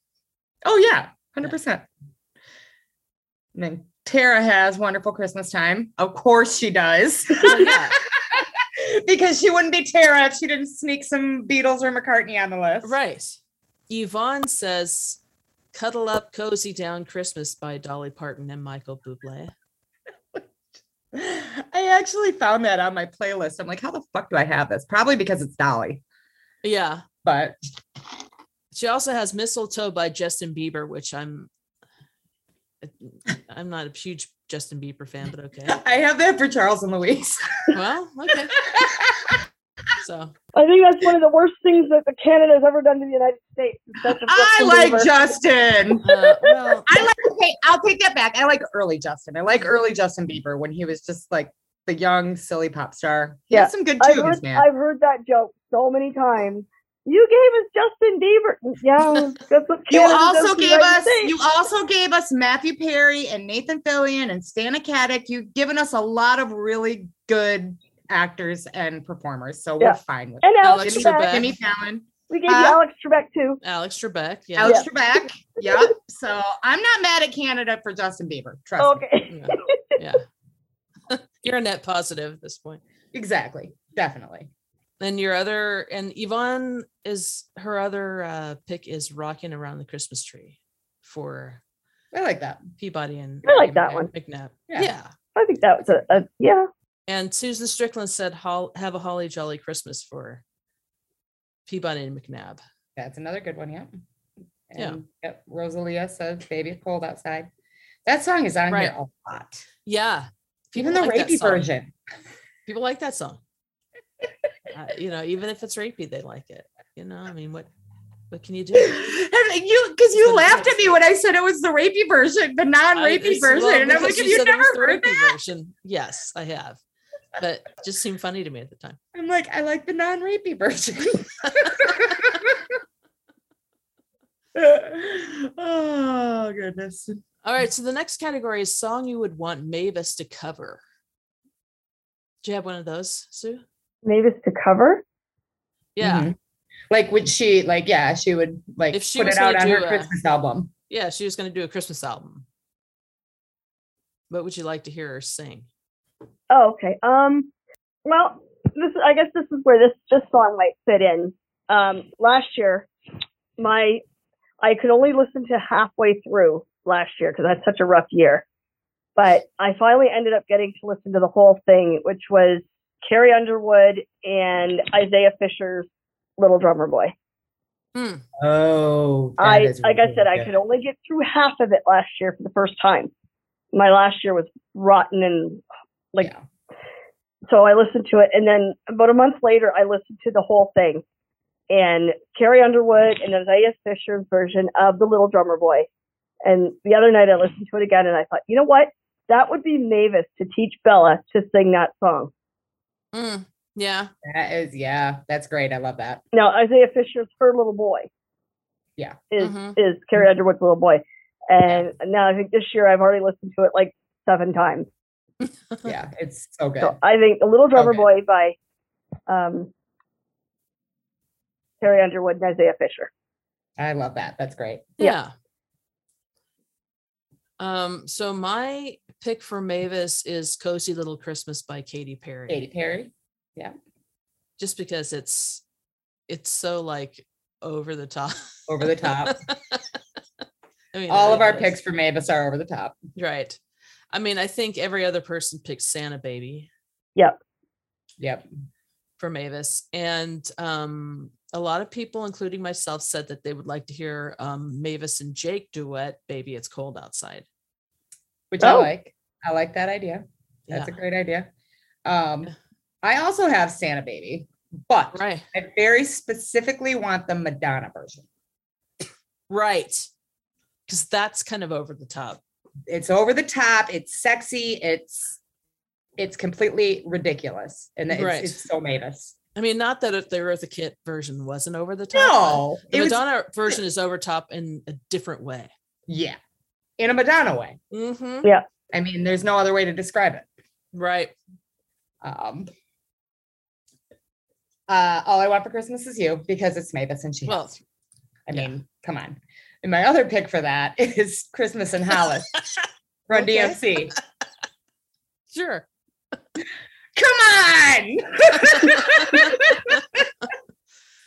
Oh yeah, hundred percent. And then Tara has wonderful Christmas time. Of course she does. (laughs)
Well, yeah.
because she wouldn't be Tara if she didn't sneak some Beatles or McCartney on the list.
Right. Yvonne says, Cuddle Up, Cozy Down Christmas by Dolly Parton and Michael Bublé.
I actually found that on my playlist. I'm like, how the fuck do I have this? Probably because it's Dolly.
Yeah.
But (laughs)
She also has Mistletoe by Justin Bieber, which I'm I'm not a huge Justin Bieber fan, but okay.
I have that for Charles and Louise.
Well, okay. So
I think that's one of the worst things that Canada's ever done to the United States. is that the
(laughs) I
Justin
like
Bieber-
Justin.
uh, well,
I like
(laughs)
okay, I'll take that back. I like early Justin. I like early Justin Bieber when he was just like the young silly pop star. He
Yeah,
had some good
I've
tunes,
heard,
man.
I've heard that joke so many times. You gave us Justin Bieber.
(laughs)
Yeah, that's what
you
Canada does
also
to the
gave
United
us
States.
you also gave us Matthew Perry and Nathan Fillion and Stan Akadic. You've given us a lot of really good actors and performers, so
Yeah.
we're fine with it.
and Alex,
Alex
Jimmy,
Trebek.
Trebek.
Jimmy Fallon,
We gave you
Huh?
Alex Trebek too.
Alex Trebek. Yeah.
Alex Trebek. Yep. So I'm not mad at Canada for Justin Bieber. Trust me.
Okay. (laughs)
Yeah. yeah. (laughs) You're a net positive at this point.
Exactly. Definitely.
And your other and Yvonne is her other uh, pick is rocking around the Christmas tree for
I like that.
Peabody and
I like that one.
McNabb.
Yeah.
yeah.
I think that was a, a yeah.
And Susan Strickland said, "Hol- "Have a holly jolly Christmas for Peabody and McNabb."
That's another good one. Yeah.
Yeah.
And, Yep, Rosalia says "Baby Cold Outside." That song is on
Right.
here a lot.
Yeah,
Even the
like that
rapey
song.
version.
People like that song. Uh, you know, even if it's rapey, they like it. You know, I mean, what what can you
(laughs)
do?
And you because you
the
laughed at
best.
me when I said it was the rapey version, the
I-
non-rapey
it's-
version.
well,
and I'm
because
like, have you
said it
never
was the
heard
rapey
that?
version. Yes, I have, but it just seemed funny to me at the time.
I'm like, I like the
(laughs)
non-rapey version. (laughs) oh goodness.
All right, so the next category is song you would want Mavis to cover. Do you have one of those, Sue?
Mavis to cover.
Yeah,
Mhm. Like would she like, yeah, she would like
If she
put
was
it out
gonna
on her
do a-
Christmas album.
yeah, she was going to do a Christmas album. What would you like to hear her sing?
Oh, okay. Um, well, this I guess this is where this this song might fit in. Um, last year, my I could only listen to halfway through last year because I had such a rough year. But I finally ended up getting to listen to the whole thing, which was Carrie Underwood and Isaiah Fisher's "Little Drummer Boy."
Oh, that
I
is
like I
really
said, I
good.
could only get through half of it last year for the first time. My last year was rotten and like-
Yeah.
so I listened to it, and then about a month later, I listened to the whole thing, and Carrie Underwood and Isaiah Fisher's version of "The Little Drummer Boy." And the other night, I listened to it again, and I thought, you know what? That would be Mavis to teach Bella to sing that song.
Mm, yeah,
That is, yeah, that's great. I love
(laughs)
that.
Now, Isaiah Fisher's her little boy.
Yeah.
is
Mhm.
is Carrie Underwood's little boy, and now I think this year I've already listened to it like seven times.
Yeah, it's so good.
So I think "The Little Drummer
Okay.
Boy" by um, Carrie Underwood and Isaiah Fisher.
I love that. That's great.
yeah. Um, so my pick for Mavis is "Cozy Little Christmas" by Katy Perry.
Katy Perry.
just because it's it's so like over the top. (laughs)
Over the top.
I mean, it
All of
really
our
is.
picks for Mavis are over the top.
right? I mean, I think every other person picked Santa Baby
Yep.
for Mavis, and um, a lot of people, including myself, said that they would like to hear um, Mavis and Jake duet "Baby It's Cold Outside."
Which I
Oh.
like. I like that idea. That's a great idea. Um,
Yeah.
I also have Santa Baby, but
right,
I very specifically want the Madonna version.
right, because that's kind of over the top.
It's over the top, it's sexy, it's it's completely ridiculous. And it's,
Right.
it's so Mavis.
I mean, not that if the Eartha Kitt version wasn't over the top. but
No,
the
it was (laughs)
Madonna version is over top in a different way.
yeah. In a Madonna way.
Mm-hmm.
I mean, there's no other way to describe it.
Right.
Um, uh, all I want for Christmas is you because it's Mavis and she.
Well,
has you. I
yeah.
mean, come on. And my other pick for that (laughs) is Christmas and Hollis.
(laughs)
Run
Okay.
DMC.
sure.
(laughs)
(laughs)
Come on.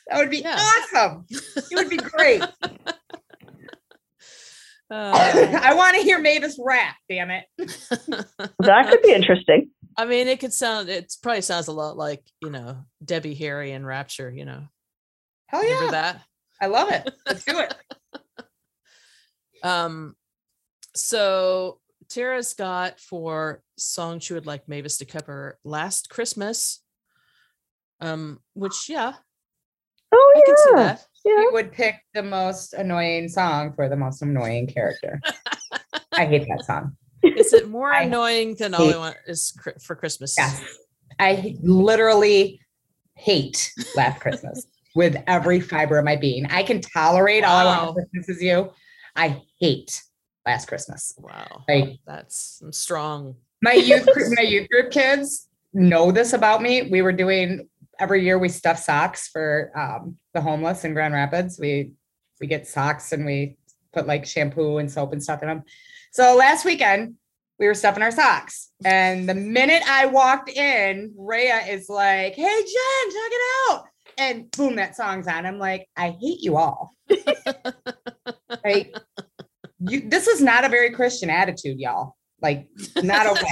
That would be
Yeah.
awesome. It would be great.
Uh, (laughs)
(laughs) I want to hear Mavis rap, damn it.
That could be interesting.
I mean, it could sound, it probably sounds a lot like, you know, Debbie Harry and Rapture, you know,
Hell
remember
Oh, yeah.
that?
I love it. Let's do it.
Um, so Tara's got for song she would like Mavis to cover Last Christmas Um, which yeah,
Oh
I can see
yeah,
that.
yeah.
You would pick the most annoying song for the most annoying character. I hate that song.
Is it more
(laughs) I
annoying than all I want is cri- for Christmas?
Yes. I h- literally hate Last Christmas with every fiber of my being. I can tolerate all I want for Christmas is you. I hate Last Christmas.
Wow.
Like
That's some strong.
my youth group, my youth group kids know this about me. We were doing every year we stuff socks for um, the homeless in Grand Rapids. We we get socks and we put like shampoo and soap and stuff in them. So last weekend we were stuffing our socks, and the minute I walked in, Rhea is like, "Hey Jen, check it out!" And boom, that song's on. I'm like, I hate you all. like, you, this is not a very Christian attitude, y'all. Like, not (laughs) okay.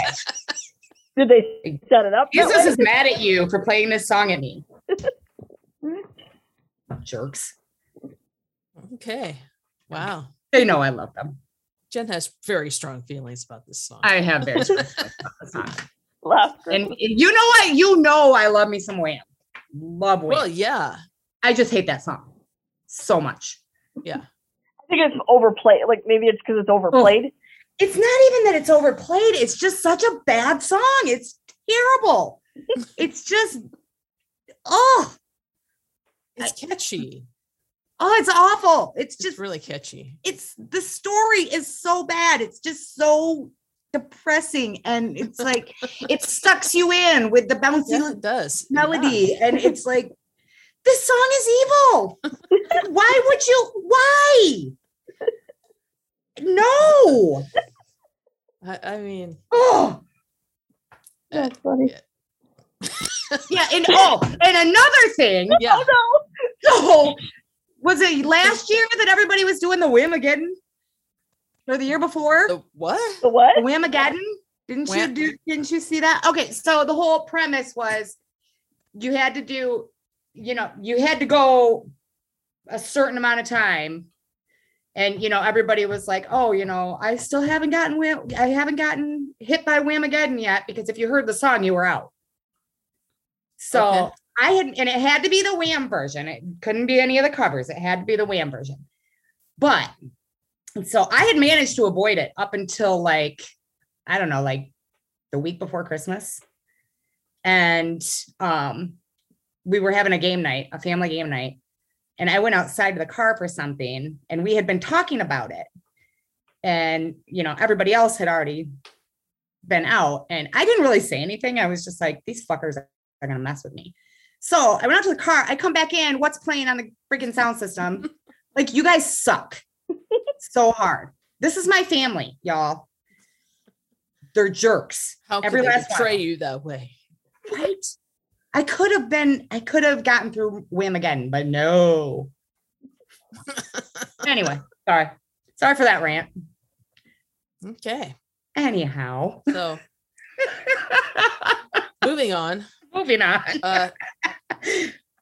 Did they set it up? that
Jesus
way?
is mad at you for playing this song at me. (laughs) Jerks.
Okay. Wow.
They know I love them.
Jen has very strong feelings about this song.
I have very (laughs) strong feelings about the song.
Last
And
Christmas.
you know I you know I love me some Wham. Love Wham.
well, yeah.
I just hate that song so much.
I think it's overplayed. Like maybe it's because it's overplayed.
It's not even that it's overplayed. It's just such a bad song. It's (laughs) terrible. it's just oh,
It's catchy.
oh, it's awful. It's
It's
just
really catchy.
it's the story is so bad. It's just so depressing, and it's like it sucks you in with the bouncy
Yeah, it does. Yeah.
melody, and it's like this song is
(laughs)
evil. why would you? Why? No.
I, I mean,
Oh
That's funny.
yeah, and oh, and another thing.
yeah.
Oh
So was it last year that everybody was doing the Whamageddon, or the year before?
The what?
no! The what?
The Whamageddon? Didn't
Wham-
you do, didn't you see that? Okay, so the whole premise was you had to do, you know, you had to go a certain amount of time. And you know, everybody was like, "Oh, you know, I still haven't gotten Wham- I haven't gotten hit by Whamageddon yet because if you heard the song, you were out." So
Okay.
I had, and it had to be the Wham version. It couldn't be any of the covers. It had to be the Wham version. But so I had managed to avoid it up until like, I don't know, like the week before Christmas. And um, we were having a game night, a family game night. And I went outside to the car for something, and we had been talking about it. And, you know, everybody else had already been out. And I didn't really say anything. I was just like, these fuckers are going to mess with me. So I went out to the car. I come back in. What's playing on the freaking sound system? like, you guys suck so hard. This is my family, y'all. They're jerks.
How could
Every
they
last one.
betray you that way?
Right? I could have been, I could have gotten through Wham again, but no. anyway, sorry. Sorry for that rant.
Okay.
Anyhow, (laughs)
So moving on.
moving on.
Uh,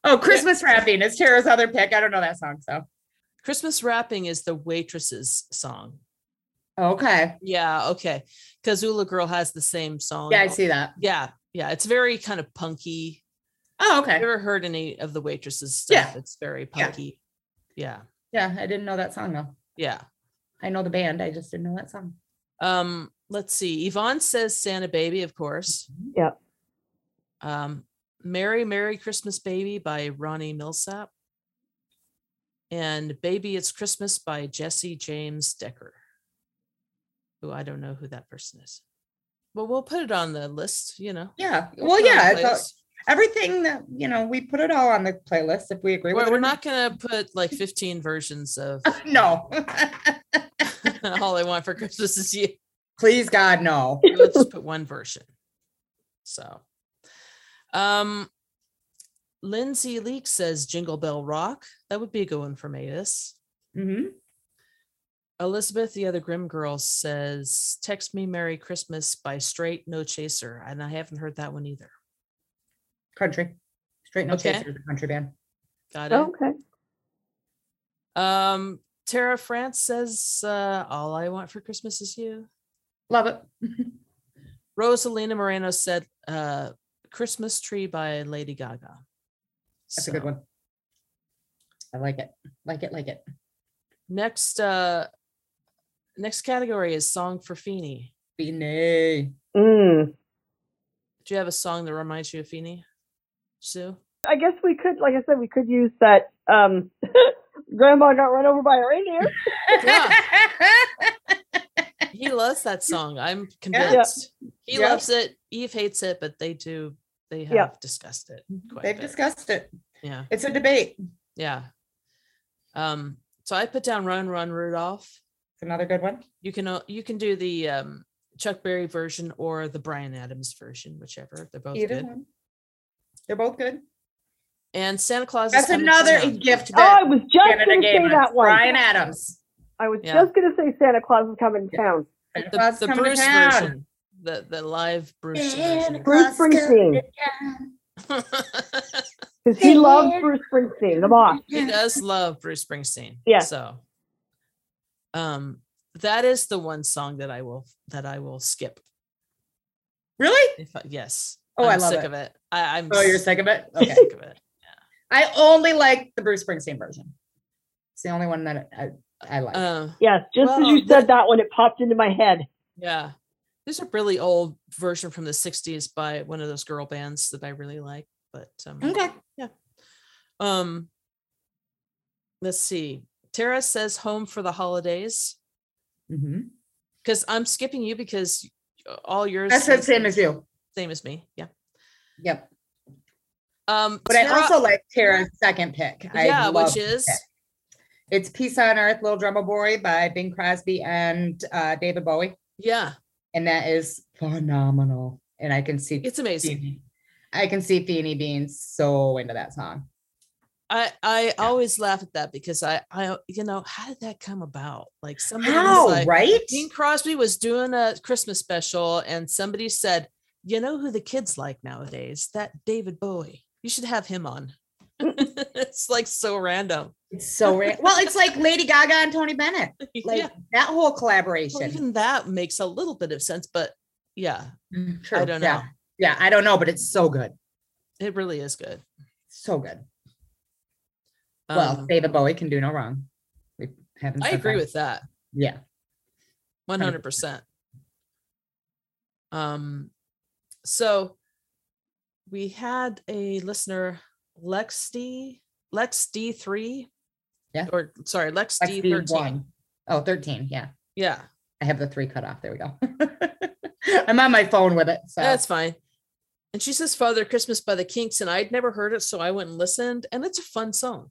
oh, Christmas wrapping is Tara's other pick. I don't know that song, so.
Christmas wrapping is the waitress's song.
Okay.
Yeah. Okay. Because Ula Girl has the same song.
Yeah, I see that.
Yeah. Yeah. It's very kind of punky.
Oh,
Have
okay.
you ever heard any of the waitresses stuff? It's very
Yeah.
punky. Yeah.
Yeah, I didn't know that song though.
Yeah.
I know the band. I just didn't know that song.
Um, let's see. Yvonne says Santa Baby, of course.
Mm-hmm.
Yep.
Um, Merry Merry Christmas Baby by Ronnie Millsap. And Baby It's Christmas by Jesse James Decker. Who I don't know who that person is. But we'll put it on the list, you know.
Yeah. Well,
put it on
yeah.
the
it's all-
playlist.
everything that, you know, we put it all on the playlist if we agree with
We're,
it.
we're not gonna put like 15 versions
(laughs)
of (laughs)
No.
all I want for Christmas is you.
Please, God,
(laughs)
no.
we'll just put one version. So, um, Lindsay Leek says Jingle Bell Rock. That would be a good one for Matus.
hmm
Elizabeth, the other Grim Girl, says Text Me Merry Christmas by Straight No Chaser. And I haven't heard that one either.
Country. Straight No
Okay.
Chaser is a country band.
Got it.
Okay.
Um, Tara France says uh, All I Want for Christmas is You.
Love it.
Rosalina Moreno said uh, Christmas Tree by Lady Gaga.
That's a good one. I like it. Like it. Like it.
Next, uh, next category is song for Feeney. (laughs)
Beanie.
Mm.
Do you have a song that reminds you of Feeney, Sue?
I guess we could, like I said, we could use that. Um, (laughs) Grandma got run over by a reindeer.
He loves
(laughs)
that song. I'm convinced. He
Yeah.
loves it. Eve hates it, but they do. They have
Yeah.
discussed it. Quite a
Mm-hmm. They've
bit.
discussed it.
Yeah.
It's a debate.
Yeah. Um, so I put down Run Run Rudolph.
It's another good one.
You can o- you can do the um, Chuck Berry version or the Brian Adams version, whichever. They're both
Either
good.
one. They're both good.
And Santa Claus. is
That's
Coming
another
Down.
gift
Oh, I
that
was just
Canada
going to
gave
say
us.
that one.
Brian Adams.
I was
Yeah.
just going to say Santa Claus is coming to
Yeah.
town.
Santa
The,
Claus
the
coming to
Bruce
town.
version. The the live Bruce version.
Bruce Springsteen,
(laughs)
because he loves Bruce Springsteen, the boss.
he does love Bruce Springsteen.
Yeah.
So um that is the one song that I will that I will skip.
Really?
If I, yes.
Oh,
I'm
I love
sick
it.
of it. I, I'm
Oh, you're
sick
sick of it?
(laughs)
Okay.
of it.
I only like the Bruce Springsteen version. It's the only one that I, I like.
Uh,
Yes, just as
Well,
you said that one, it popped into my head.
yeah. There's a really old version from the 60s by one of those girl bands that I really like. But um,
okay.
um let's see. Tara says home for the holidays.
Mm-hmm.
Because I'm skipping you because uh, all yours
I said
is
same as you.
same as me. Yeah.
Yep.
Um
But I
Tara-
also like Tara's second pick. I
yeah,
love
which is
that. It's Peace on Earth, Little Drummer Boy by Bing Crosby and uh, David Bowie.
yeah,
And that is phenomenal. And I can see
it's amazing.
Feeny- I can see Feeny being so into that song.
I I
Yeah.
always laugh at that because I I you know how did that come about? Like somebody
How,
was like
right?
Bing Crosby was doing a Christmas special and somebody said, "You know who the kids like nowadays? That David Bowie. You should have him on."
Mm.
(laughs) it's like so random. (laughs)
It's so ra- well, it's like Lady Gaga and Tony Bennett. Like
yeah,
that whole
well,
collaboration.
even that makes a little bit of sense, but yeah,
Mm, True.
don't
yeah.
know.
Yeah, I don't know, but it's so good.
it really is good.
So good. well,
Um,
David Bowie can do no wrong. We haven't
I
said
agree
that.
with that.
yeah.
One hundred percent. Um, so we had a listener, Lex D, Lex D three,
Yeah.
or sorry, Lex,
Like
D
the
thirteen.
one. Oh, 13. Yeah.
Yeah,
I have the three cut off. There we go. (laughs) I'm on my phone with it. So
that's fine. And she says "Father Christmas" by the Kinks, and I'd never heard it, so I went and listened, and it's a fun song.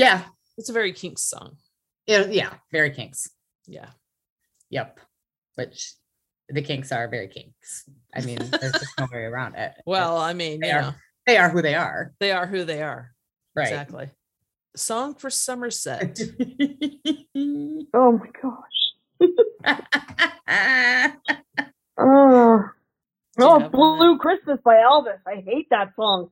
yeah.
It's a very Kinks song.
Yeah, yeah. Very kinks.
Yeah,
Yep. Which the kinks are very kinks. I
(laughs)
mean, there's just no way around it.
well, I mean,
They
you know,
are. they are who they are.
they are who they are.
Right.
Exactly. Song for
(laughs)
Somerset.
Oh my gosh. Oh,
you
oh
have one?
Blue Christmas by Elvis. I hate that song.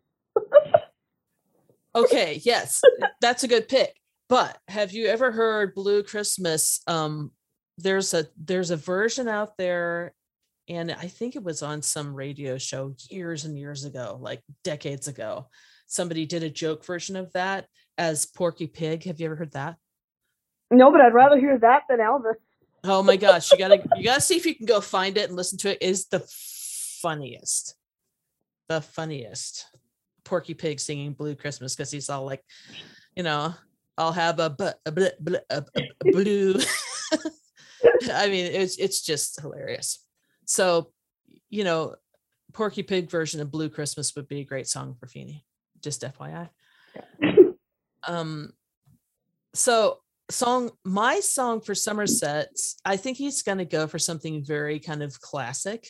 Okay, yes, that's a good pick. But have you ever heard Blue Christmas? Um, there's a there's a version out there, and I think it was on some radio show years and years ago, like decades ago. Somebody did a joke version of that as Porky Pig. Have you ever heard that?
No, but I'd rather hear that than Elvis.
Oh my gosh, you gotta you gotta see if you can go find it and listen to it. it is the funniest. The funniest. Porky Pig singing Blue Christmas because he's all like, you know, I'll have a, bu- a, bl- bl- a, a- a blue. (laughs) I mean, it's it's just hilarious. So, you know, Porky Pig version of Blue Christmas would be a great song for Feeny. Just FYI. Um, so song my song for somerset's i think he's going to go for something very kind of classic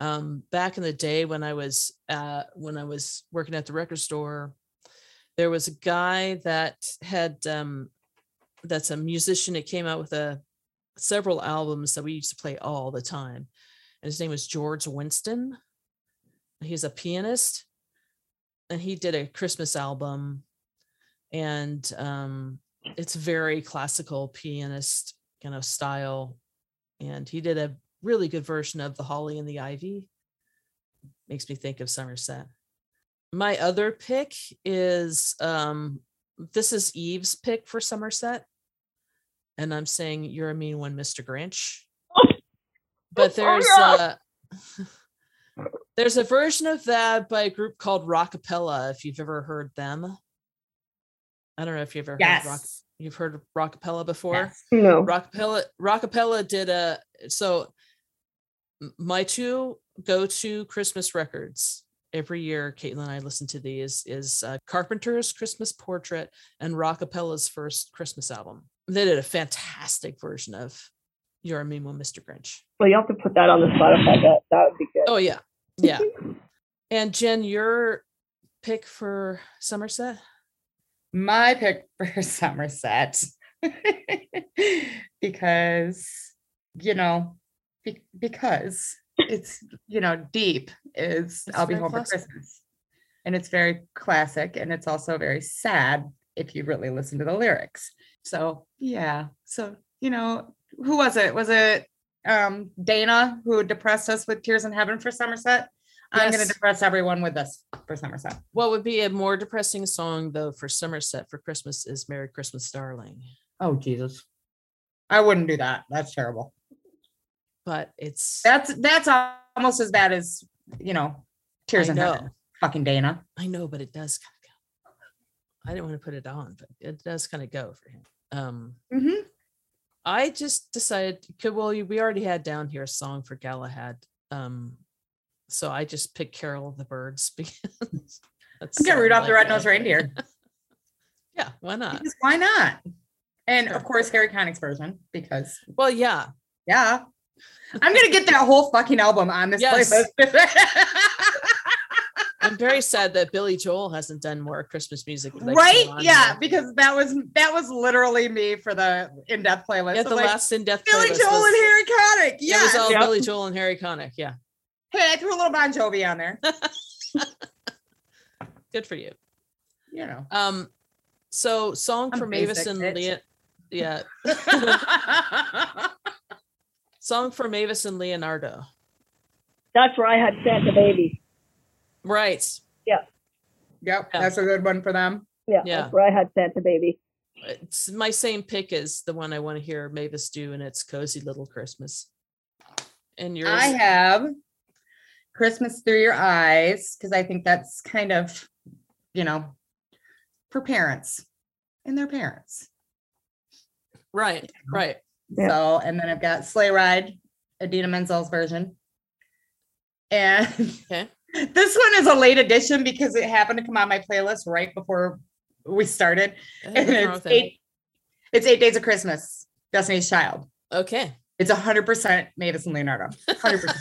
um back in the day when i was uh when i was working at the record store there was a guy that had um that's a musician that came out with a several albums that we used to play all the time and his name was george winston he's a pianist and he did a christmas album and um it's very classical pianist kind of style and he did a really good version of the holly and the ivy makes me think of somerset my other pick is um this is Eve's pick for Somerset. And I'm saying you're a mean one, Mr. Grinch. But there's uh there's a (laughs) version of that by a group called Rockapella, if you've ever heard them. I don't know if you've ever
Yes.
heard rock you've heard of Rockapella before.
Yes. Oh.
No.
Rockapella Rockapella did a so m- my two go-to Christmas records every year. Caitlin and I listen to these is uh, Carpenter's Christmas Portrait and Rockapella's first Christmas album. They did a fantastic version of "You're a Mean One, Mr. Grinch."
Well, you have to put that on the Spotify. That that would be good.
Oh yeah,
(laughs)
yeah. and Jen, your pick for Somerset?
my pick (laughs) for Somerset (laughs) because you know be- because it's you know deep is
It's
I'll be
very
home
classic.
for Christmas and it's very classic and it's also very sad if you really listen to the lyrics so yeah so you know who was it was it um Dana who depressed us with Tears in Heaven for Somerset I'm going
Yes.
to depress everyone with this for Somerset
What would be a more depressing song though for Somerset for Christmas is "Merry Christmas, Darling."
Oh Jesus. I wouldn't do that. That's terrible.
But it's
That's that's al- almost as bad as, you know, tears
I
in
know.
heaven. Fucking Dana.
I know, but it does kind of go. I didn't want to put it on, but it does kind of go for him. Um,
Mhm.
I just decided, could well, you- we already had down here a song for Galahad, um, so I just picked "Carol of the Birds" (laughs) because that's
Get
sort of
Rudolph the
like
Red-Nosed
my- (laughs)
Reindeer.
Yeah, why not?
Because why not? And
Sure.
of course Harry Connick's version, because
Well, yeah,
yeah. I'm gonna get that whole fucking album on this
Yes.
(laughs) playlist.
I'm very sad that Billy Joel hasn't done more Christmas music. (laughs) like,
right?
on
Yeah,
here.
because that was that was literally me for the in-depth playlist.
yeah.
I'm
The
like,
last in death.
Billy Joel and Harry Connick.
Yeah, it was
yes!
all
Yep.
Billy Joel and Harry Connick. Yeah,
Hey, I threw a little Bon Jovi on there.
good for you.
you know.
Um, so song
I'm
for Mavis
basic,
and
bitch.
Leon, yeah,
(laughs)
song for Mavis and Leonardo.
That's where I had Santa Baby.
Right.
Yep,
Yeah.
that's a good one for them.
Yeah,
Yeah.
That's where I had Santa Baby.
It's my same pick as the one I want to hear Mavis do, and it's cozy little Christmas. And yours,
I have Christmas Through Your Eyes because I think that's kind of, you know, for parents and their parents.
right, right.
Yeah.
So, and then I've got Sleigh Ride, Adina Menzel's version. And
Okay.
(laughs) this one is a late addition because it happened to come on my playlist right before we started.
Eh,
And
nothing wrong with
(laughs) it's
that.
eight, it's eight days of Christmas, Destiny's Child.
Okay,
It's hundred percent Mavis and Leonardo. Hundred percent.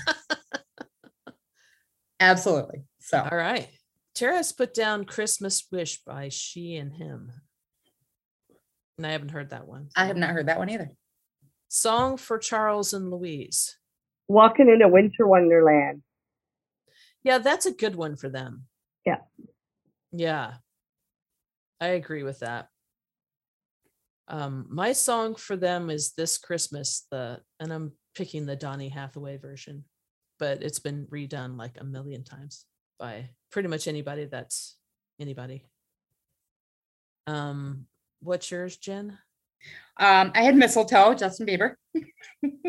Absolutely. So
all right. Tara has put down "Christmas Wish" by She and Him, and I haven't heard that one.
I have not heard that one either.
Song for Charles and Louise.
Walking in a winter wonderland.
Yeah, that's a good one for them.
Yeah.
Yeah. I agree with that. Um, my song for them is this Christmas, the and I'm picking the Donny Hathaway version, but it's been redone like a million times by pretty much anybody that's anybody. Um, what's yours, Jen?
Um, I had mistletoe, Justin Bieber.
I'm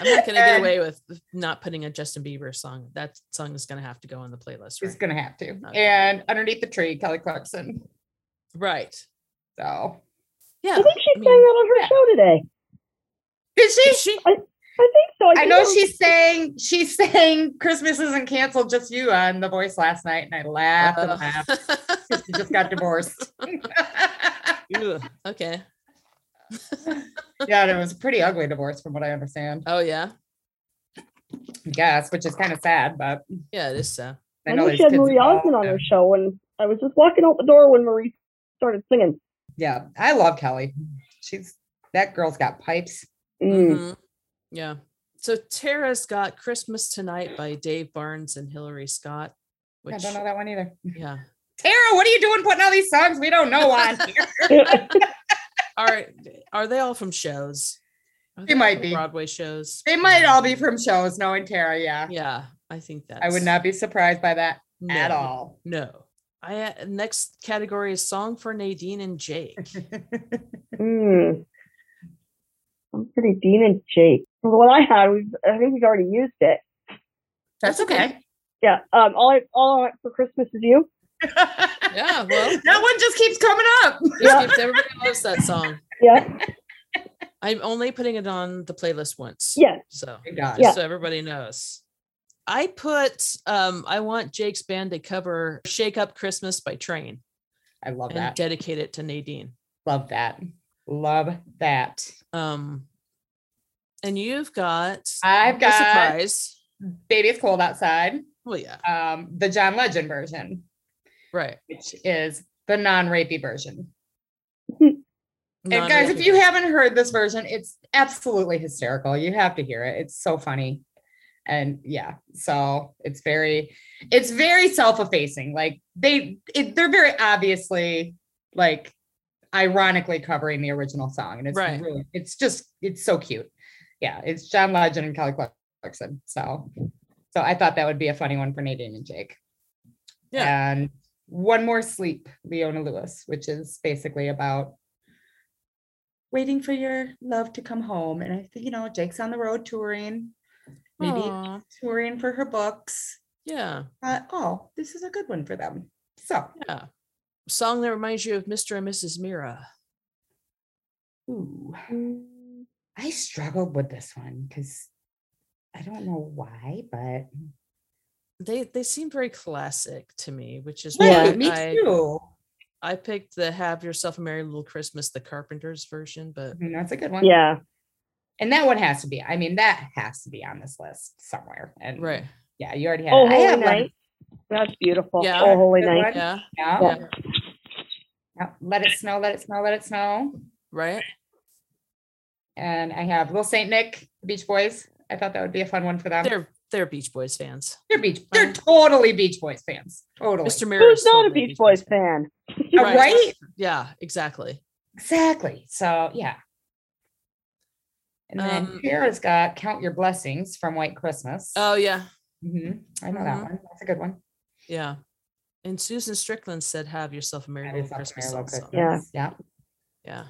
not gonna get
And-
away with not putting a Justin Bieber song. That song is gonna have to go on the playlist,
He's
right?
gonna have to.
Okay.
And underneath the tree, Kelly Clarkson.
Right.
So
Yeah.
I think she
I
sang
mean-
that on her show today.
did she?
Is she
I think so.
I
think
know
that was-
she's saying she's saying Christmas isn't canceled, just you on The Voice last night, and I laughed and
(laughs)
laughed.
Uh,
'cause She just got divorced.
Ugh, okay.
yeah, and it was a pretty ugly divorce, from what I understand.
Oh yeah.
I guess, which is kind of sad, but
Yeah, it is so.
I know
these
she had
kids
Marie
are all-
Osmond on her show, and I was just walking out the door when Marie started singing.
Yeah, I love Kelly. She's that girl's got pipes.
Mm.
Mhm. Yeah. So Tara's got Christmas Tonight by Dave Barnes and Hillary Scott,
I
which
don't know that one either.
yeah.
Tara, what are you doing putting all these songs we don't know (laughs) on here? Mm-hmm.
(laughs)
Are are they all from shows? Are
They
all
might
from
be.
Broadway shows. Mm-hmm.
they might all be from shows, knowing Tara. Yeah,
Yeah, I think that
I would not be surprised by that
No,
at (laughs) all.
No. I uh, next category is song for Nadine and
(laughs)
Jake.
Hmm. I'm pretty Dean and Jake. The one I had, was, I think we've already used it.
That's okay.
Yeah. Um. All I all I want for Christmas is you.
Yeah, well-
(laughs) that one just keeps coming up.
Just keeps- everybody loves that song.
Yeah.
I'm only putting it on the playlist once.
Yeah.
So
Good God.
just so everybody knows. I put um I want Jake's band to cover Shake Up Christmas by Train
I love
and
that.
dedicate it to Nadine.
Love that. Love that.
Um and you've got
I've
a
got
surprise.
Baby It's Cold Outside,
Well yeah,
um, the John Legend version,
right.
which is the non-rapey version.
Non-
and guys, if you haven't heard this version, it's absolutely hysterical. You have to hear it. It's so funny. And yeah, so it's very, it's very self-effacing. Like they, it, they're very obviously like ironically covering the original song, and it's
Right.
really, it's just, it's so cute. Yeah, it's John Legend and Kelly Clarkson. So, so I thought that would be a funny one for Nadine and Jake.
Yeah.
And one more sleep, Leona Lewis, which is basically about waiting for your love to come home. And I think, you know, Jake's on the road touring, maybe
Aw,
touring for her books.
yeah,
Uh, oh, this is a good one for them. So,
yeah. Song that reminds you of Mr. and Mrs. Mira.
ooh, Mm. I struggled with this one because I don't know why,
(laughs)
but
They they seem very classic to me, which is
Yeah.
why
Right, (laughs) me
I,
too.
I picked the Have Yourself a Merry Little Christmas, the Carpenters version, but
I mean, that's a good one.
Yeah.
And that one has to be, I mean, that has to be on this list somewhere. And
right.
yeah, you already had
Oh,
it. I
holy
have, like,
night. That's beautiful.
Yeah.
Oh, holy
Good
night.
one.
Yeah.
Yeah.
Yeah.
Yeah, Let it snow, let it snow, let it snow.
Right.
And I have Little Saint Nick, the Beach Boys. I thought that would be a fun one for them. They're,
They're they're Beach Boys fans.
Beach. They're totally Beach Boys fans. Totally.
Mr. Mira
Who's
is
not a
totally
Beach Boys fan?
Uh,
right.
right.
Yeah, exactly.
Exactly. So yeah. And then
Um,
Kara's got Count Your Blessings from White Christmas.
Oh yeah.
Mhm. I know that
Mhm.
one. That's a good one.
Yeah. And Susan Strickland said, "Have yourself a merry
That
little
is up there,
Christmas."
Little
also.
Christmas. Yeah.
Yeah.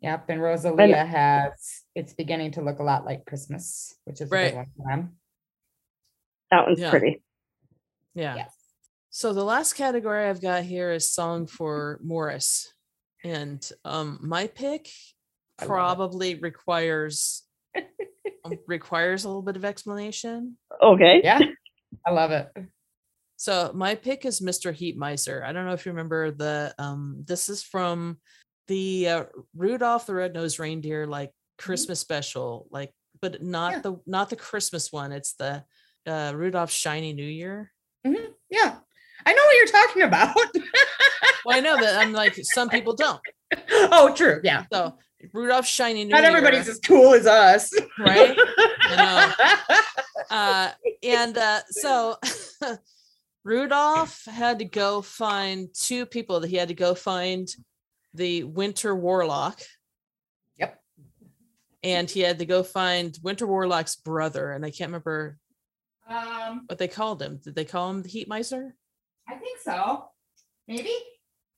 Yep. And Rosalia has It's Beginning to Look a Lot Like Christmas, which is a
Right.
good one for them.
That one's
Yeah.
pretty.
Yeah.
Yes.
So the last category I've got here is song for Morris, and um, my pick
I love it.
probably requires um, requires a little bit of explanation.
Okay.
Yeah. I love it.
So my pick is Mr. Heat Miser. I don't know if you remember the um this is from the uh, Rudolph the Red-Nosed Reindeer like Christmas special like but not
Mm-hmm. Yeah.
the not the Christmas one. It's the uh Rudolph Shiny New Year.
Yeah. I know what you're talking about. (laughs)
Well, I know that I'm like some people don't.
oh, true. Yeah.
So Rudolph Shiny New
Not
Year.
everybody's as cool as us. (laughs)
right. uh, and uh, so (laughs) Rudolph had to go find two people that he had to go find the Winter Warlock.
Yep.
And he had to go find Winter Warlock's brother, and I can't remember
um,
what they called him. Did they call him the Heat Miser?
I think so. Maybe.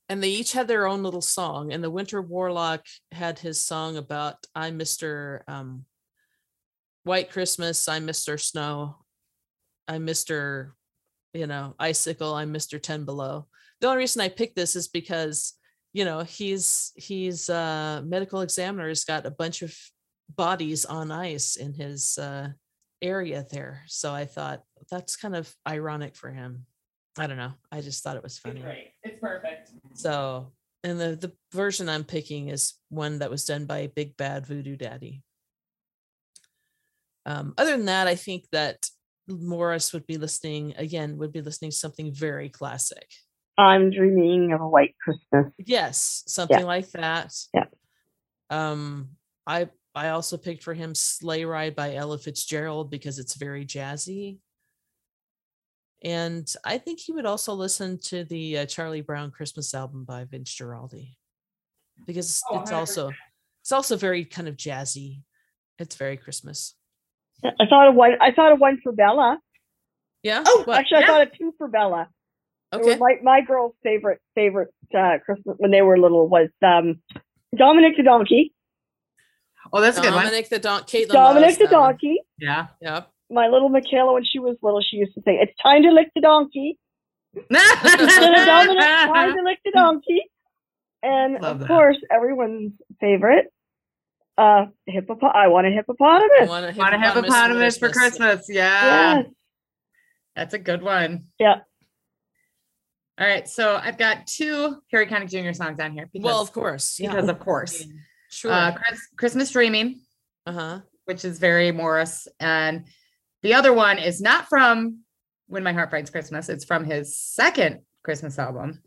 And they each had their own little song, and the Winter Warlock had his song about "I'm Mister um, White Christmas," "I'm Mister Snow," "I'm Mister," you know, icicle, "I'm Mister Ten Below." The only reason I picked this is because you know he's he's uh, medical examiner has got a bunch of bodies on ice in his uh, area there, so I thought that's kind of ironic for him. I don't know. I just thought it was funny.
It's perfect.
So, and the the version I'm picking is one that was done by Big Bad Voodoo Daddy. Um, other than that, I think that Morris would be listening again. Would be listening to something very classic.
I'm dreaming of a white Christmas.
Yes, something like that.
Yeah.
Um, I I also picked for him "Sleigh Ride" by Ella Fitzgerald because it's very jazzy. And I think he would also listen to the uh, Charlie Brown Christmas album by Vince Giraldi because it's-
Oh,
it's also it's also very kind of jazzy. It's very Christmas.
I thought of one. I thought of one for Bella.
Yeah.
Oh,
what?
Actually, I
yeah.
thought of two for Bella.
Okay.
It was my my girl's favorite favorite uh, Christmas when they were little was um, Dominic the Donkey,
Oh, that's a good one.
Dominic the Don Caitlin.
Dominic
loves
the
that one.
Donkey.
(laughs) Yeah.
Yep.
My little Michaela, when she was little, she used to say, "It's time to lick the donkey." Little Dominic, time to lick the donkey. And
Love
of
that.
course, everyone's favorite uh, hippopot. I want a hippopotamus.
Want
Want a hippopotamus for Christmas. Yeah.
Yes.
That's a good one.
Yeah.
All right. So I've got two Harry Connick Jr. songs on here. Because,
Well, of course. Yeah.
because of course.
Sure. Uh-huh. Uh
Uh, Chris, Christmas Dreaming,
huh.
which is very Morris. And the other one is not from When My Heart Finds Christmas. It's from his second Christmas album.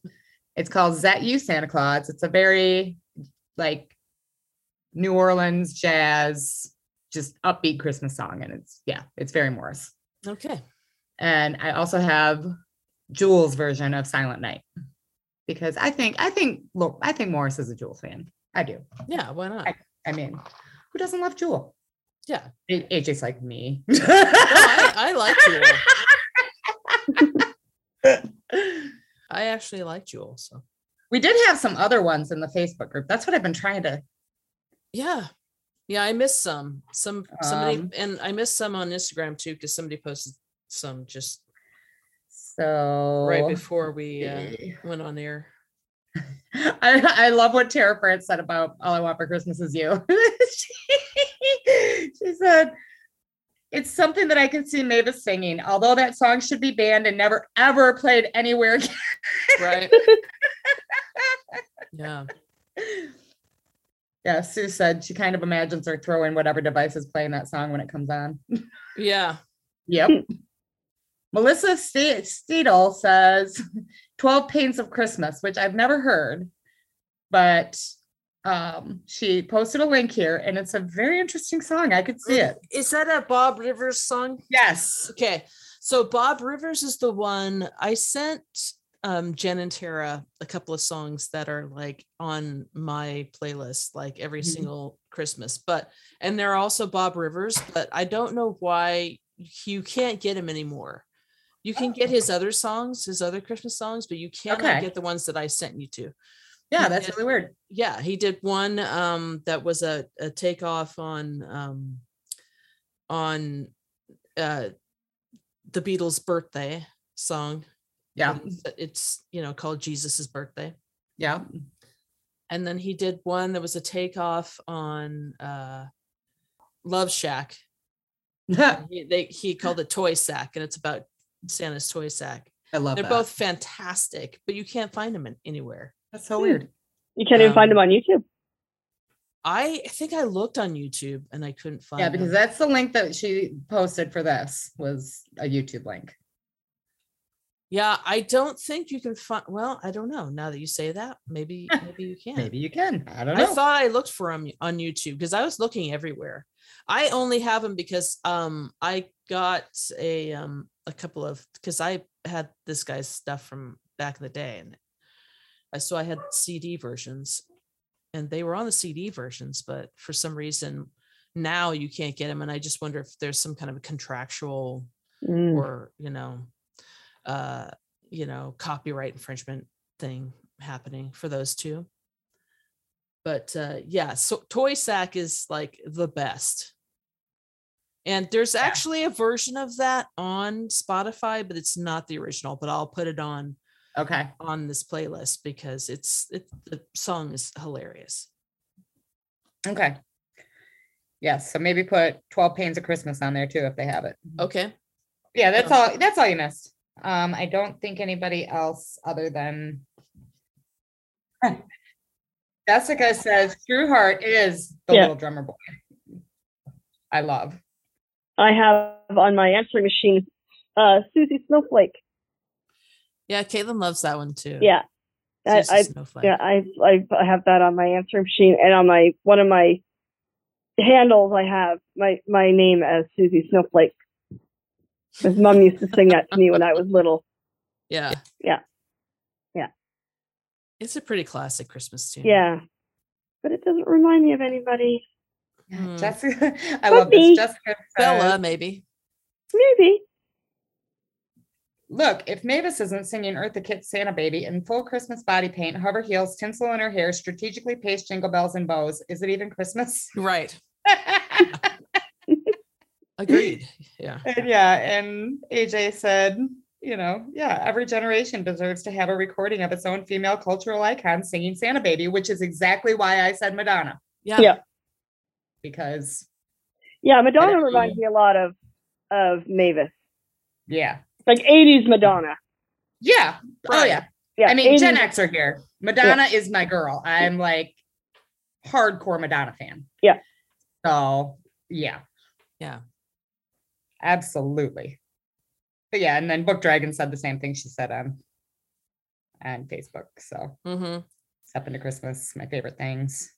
It's called Is That You, Santa Claus? It's a very like New Orleans jazz, just upbeat Christmas song. And it's, yeah, it's very Morris.
Okay.
and I also have Jules' version of Silent Night because I think I think look I think Morris is a Jewel fan. I do.
Yeah. Why (laughs) not?
I- I mean, who doesn't love Jewel?
Yeah.
A- AJ's
(laughs)
like me.
No, I, I like Jewel. (laughs) I actually like Jewel. So
we did have some other ones in the Facebook group. That's what I've been trying to.
yeah, yeah. I missed some. Some somebody
Um,
and I missed some on Instagram too because somebody posted some just
So
right before we uh,
Eh.
went on air. (laughs)
(laughs) I, I love what Tara France said about All I Want for Christmas Is You. (laughs) she, she said, It's something that I can see Mavis singing, although that song should be banned and never ever played anywhere. again." (laughs)
Right. yeah.
yeah, Sue said she kind of imagines her throwing whatever device is playing that song when it comes on.
Yeah.
Yep. (laughs) Melissa Ste- Steedle says (laughs) 12 Pains of Christmas, which I've never heard, but um, she posted a link here and it's a very interesting song. I could see it.
Is that a Bob Rivers song?
Mm, Yes.
Okay. So Bob Rivers is the one I sent um Jen and Tara a couple of songs that are like on my playlist like every
Mhm.
single Christmas. But and there are also Bob Rivers, but I don't know why you can't get him anymore. You can get his other songs, his other Christmas songs, but you cannot
Okay.
get the ones that I sent you to.
Yeah,
Yeah.
that's really weird.
Yeah, he did one um that was a, a takeoff on um on uh the Beatles birthday song.
Yeah.
It's, it's, you know called Jesus's birthday.
Yeah. (laughs)
And then he did one that was a takeoff on uh Love Shack.
I
and He, they he called it Toy Sack and it's about Santa's toy sack.
love
They're
that.
both fantastic, but you can't find them in, anywhere.
That's so
Hmm.
weird.
You can't even find
Um,
them on YouTube.
I think I looked on YouTube and I couldn't find
Yeah,
them.
because that's the link that she posted for this was a YouTube link.
Yeah, I don't think you can find. Well, I don't know. Now that you say that,
(laughs)
maybe maybe you can.
Maybe you can. I don't
I,
know.
thought I looked for them on YouTube because I was looking everywhere. I only have them because um I got a um a couple of because I had this guy's stuff from back in the day and I so I had CD versions and they were on the CD versions, but for some reason now you can't get them and I just wonder if there's some kind of a contractual
Mm.
or you know uh you know copyright infringement thing happening for those two but uh yeah so toy sack is like the best and there's
Yeah.
actually a version of that on spotify but it's not the original but i'll put it on
okay.
on this playlist because it's it, the song is hilarious
Okay. Yes. So maybe put 12 Pains of Christmas on there too if they have it.
Mm-hmm.
okay
Yeah, that's
Yeah.
all that's all you missed. Um, I don't think anybody else other than Jessica says True Heart is the
Yeah.
little drummer boy. I love.
I have on my answering machine uh, Susie Snowflake.
yeah caitlin loves that one too
Yeah, I,
Susie
I
Snowflake.
yeah I, I I have that on my answering machine and on my one of my handles. I have my my name as Susie Snowflake. Because mom used to sing that to me when I was little.
yeah
Yeah. Yeah.
it's a pretty classic christmas tune
Yeah. But it doesn't remind me of anybody.
Mm.
Jessica, (laughs) I
Could
love
be.
this. Jessica says,
Bella, maybe.
Maybe.
Look, if Mavis isn't singing Eartha Kitt Santa Baby in full Christmas body paint, hover heels, tinsel in her hair, strategically paste jingle bells and bows, is it even Christmas? (laughs)
(clears throat)
Right.
and
Agreed. Yeah.
yeah, and AJ said, you know, yeah, every generation deserves to have a recording of its own female cultural icon singing Santa Baby, which is exactly why I said Madonna,
Yeah.
Yeah.
because
Yeah, Madonna
But it-
reminds me a lot of of Mavis,
yeah.
like '80s Madonna.
Yeah. Oh
Right.
yeah.
Yeah,
I mean,
80s
Gen X are here. Madonna is my girl. I'm like hardcore Madonna fan.
Yeah.
So yeah.
Yeah.
Absolutely. But yeah, and then Book Dragon said the same thing she said on on Facebook. So
Mm-hmm.
step into Christmas, my favorite things.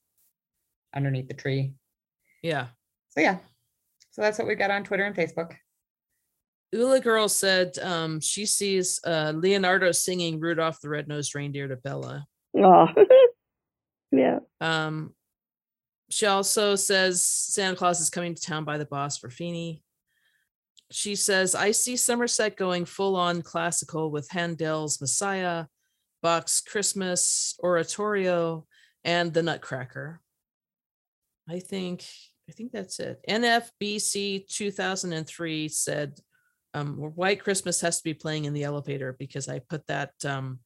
Underneath the tree.
Yeah.
So yeah. So that's what we got on Twitter and Facebook.
Ula girl said um, she sees uh, Leonardo singing Rudolph the Red-Nosed Reindeer to Bella.
Aw. (laughs) yeah.
Um, she also says Santa Claus is coming to town by the boss for Feeney. She says, I see Somerset going full on classical with Handel's Messiah, Bach's Christmas, Oratorio, and the Nutcracker. I think I think that's it. NFBC 2003 said um, White Christmas has to be playing in the elevator because I put that um,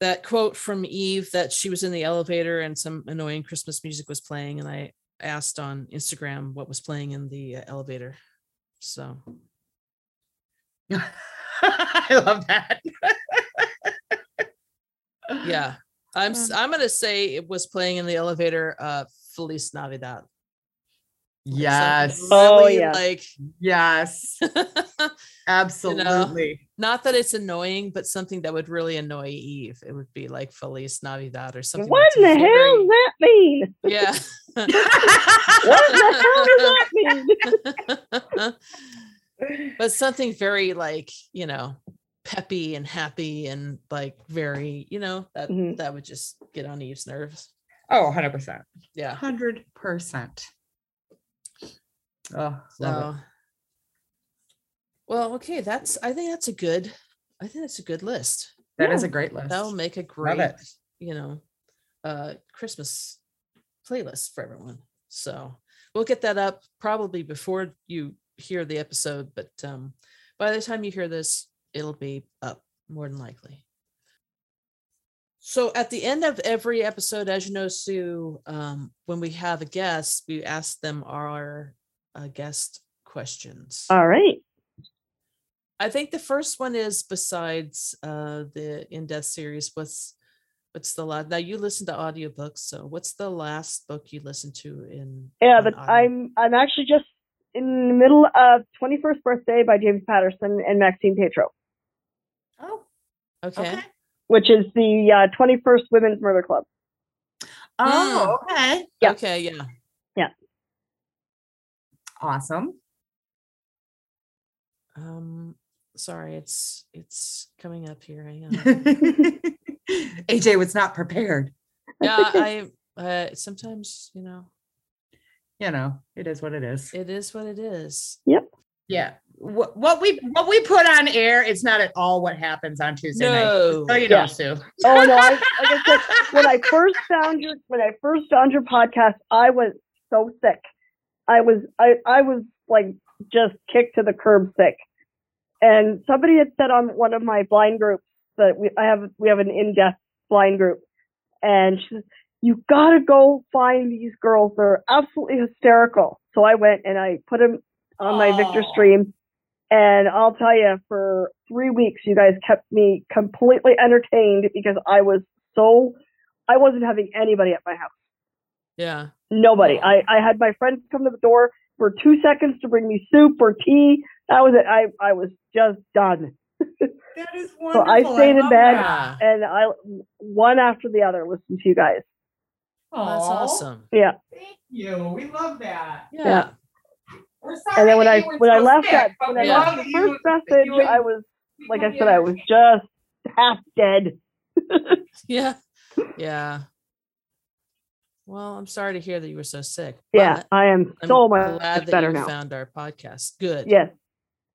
that quote from Eve that she was in the elevator and some annoying Christmas music was playing, and I asked on Instagram what was playing in the uh, elevator. So
(laughs) I love that.
yeah, I'm s- I'm gonna say it was playing in the elevator. Uh, Feliz Navidad. Like
Yes.
something
Oh,
really,
yeah.
Like (laughs)
Yes. Absolutely.
not that it's annoying, but something that would really annoy Eve. It would be like Feliz Navidad or something.
What
that's
in the hell
very-
does that mean?
Yeah.
What in the hell does
(laughs)
that mean?
but something very like you know peppy and happy and like very you know that
Mhm.
that would just get on eve's nerves
oh, 100%.
yeah
100%. Oh, love
so well okay that's i think that's a good i think that's a good list
it. That is
yeah,
a great list.
that'll make a
Love
great
it.
you know uh christmas playlist for everyone so we'll get that up probably before you hear the episode but um by the time you hear this it'll be up more than likely so at the end of every episode as you know sue um, when we have a guest we ask them our uh, guest questions
All right.
I think the first one is besides uh the in death series, what's what's the last now you listen to audiobooks, so what's the last book you listened to in
Yeah,
on
but
audio?
I'm I'm actually just in the middle of 21st Birthday by James Patterson and Maxine Petro,
Oh,
okay.
which is the uh, 21st Women's Murder Club.
Oh,
Hmm.
okay.
Yeah.
Okay, yeah.
Awesome. (laughs)
Um sorry, it's it's coming up here. Hang on.
(laughs) AJ was not prepared.
yeah, I uh sometimes, you know,
You know, it is what it is.
it is what it is.
yeah. What, what we what we put on air is not at all what happens on Tuesday night.
No.
Just So you
Yeah.
know, Sue.
Oh
(laughs)
no! I, like I said, when I first found your when I first found your podcast, I was so sick. I was I I was like just kicked to the curb sick. And somebody had said on one of my blind groups that we I have we have an in depth blind group, and she says you gotta go find these girls. They're absolutely hysterical. So I went and I put them on my Victor
Aw.
stream. And I'll tell you, for three weeks, you guys kept me completely entertained because I was so, I wasn't having anybody at my house.
Yeah.
Nobody. I, I had my friends come to the door for two seconds to bring me soup or tea. That was it. I, I was just done.
(laughs) That is
So I stayed in
love
bed.
that.
And I, one after the other, listened to you guys.
Well, that's
Aw,
awesome.
Yeah.
Thank you. We love that.
Yeah.
We're sorry
And then when
that
I,
you were
when I
so
left
sick,
that,
but
when
we
I
Yeah.
love
left
that
the
you
first
were- that you
message, I
were-
was,
you
like
were
I said, I was
here.
just half dead.
Yeah. Yeah. Well, I'm sorry to hear that you were so sick.
Yeah,
but-
I am
I'm
so much
glad that
better
you
now.
found our podcast. Good.
Yes.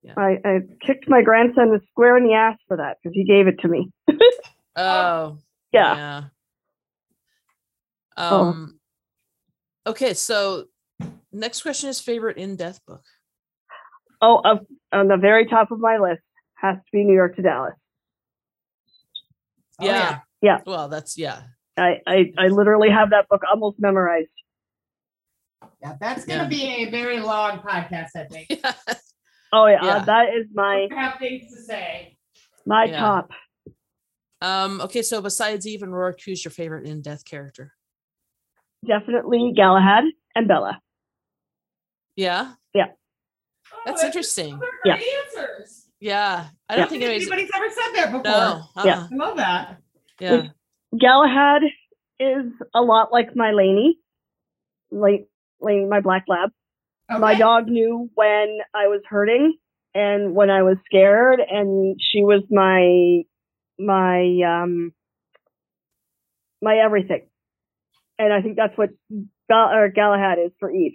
Yeah.
I, I kicked my grandson square in the ass for that because he gave it to me.
Oh,
Yeah. Oh.
Um. Okay, so next question is favorite in death book.
Oh, up on the very top of my list has to be New York to Dallas.
Oh,
yeah.
yeah.
Well, that's yeah. (laughs)
I, I, I literally have that book almost memorized.
Yeah, that's going to be a very long podcast, I think.
Oh yeah,
Yeah.
that is my
I have things to say.
my
Yeah.
top.
um. Okay, so besides Eve and Rourke, who's your favorite in death character?
Definitely Galahad and Bella.
Yeah,
Oh,
that's interesting.
those are
Yeah.
great Answers.
Yeah, I
Yeah.
don't think anybody's.
anybody's ever said that before.
No.
Yeah.
Uh-uh.
I love that.
Yeah.
Galahad is a lot like my Laney, like Laney, my black lab. My
Okay.
dog knew when I was hurting and when I was scared, and she was my my um my everything. And I think that's what Gal- or Galahad is for Eve.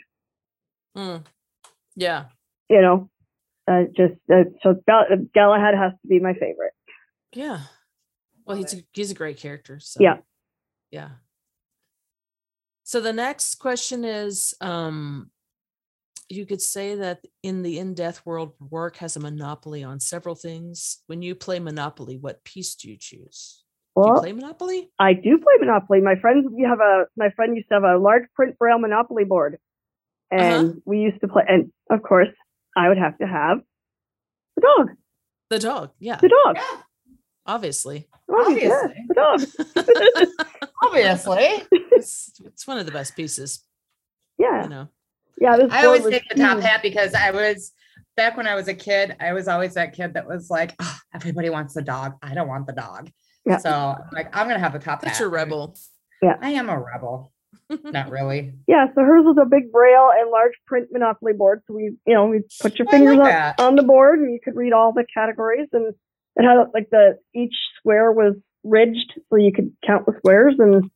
Mm. Yeah.
You know, uh, just uh, so Gal- Galahad has to be my favorite.
Yeah. Well,
Love
he's a, he's a great character. So
Yeah.
Yeah. So the next question is um you could say that in the in-death world work has a monopoly on several things. When you play Monopoly, what piece do you choose? do you
Well,
play Monopoly?
I do play Monopoly. My friends, we have a my friend used to have a large print braille Monopoly board,
Uh-huh.
and we used to play. And of course, I would have to have the dog.
The dog. Yeah,
The dog.
Yeah,
obviously.
(laughs) Obviously, yeah,
Obviously.
the dog.
obviously.
It's, it's one of the best pieces,
Yeah,
you know.
yeah. This
I
board
always
was
take the top
huge.
hat because I was back when I was a kid, I was always that kid that was like, "Ah, everybody wants the dog. I don't want the dog.
Yeah.
So I'm like, I'm gonna have the top
That's
hat.
your rebel.
I am a
(laughs)
rebel. Not really.
Yeah, so hers was a big braille and large print Monopoly board. So we, you know, we put your
I like
fingers
that.
on, on the board, and you could read all the categories, and it had like the each square was ridged, so you could count the squares, and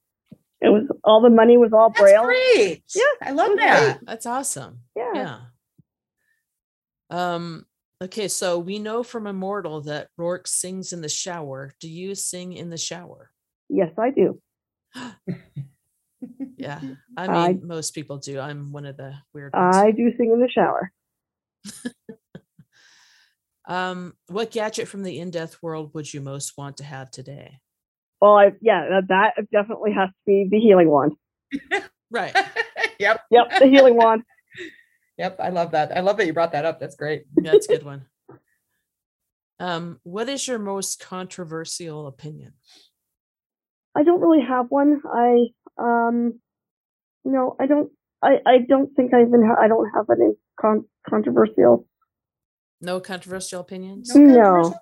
it was all the money was all
That's
braille.
great.
Yeah,
I love
that's
that.
That's awesome.
Yeah.
Yeah. Um. Okay, so we know from Immortal that Rourke sings in the shower. Do you sing in the shower?
Yes, I do.
Yeah, I mean,
I-
most people do. I'm one of the weird ones.
I do sing in the shower.
um, what gadget from the in-death world would you most want to have today?
Well, I yeah, that, that definitely has to be the healing wand.
(laughs) Right.
(laughs) yep.
Yep, the healing wand.
Yep. I love that. I love that you brought that up. That's great.
That's a good one. Um, what is your most controversial opinion?
I don't really have one. I um, no, I don't. I I don't think I even ha- I don't have any con- controversial.
No controversial opinions.
No.
controversial?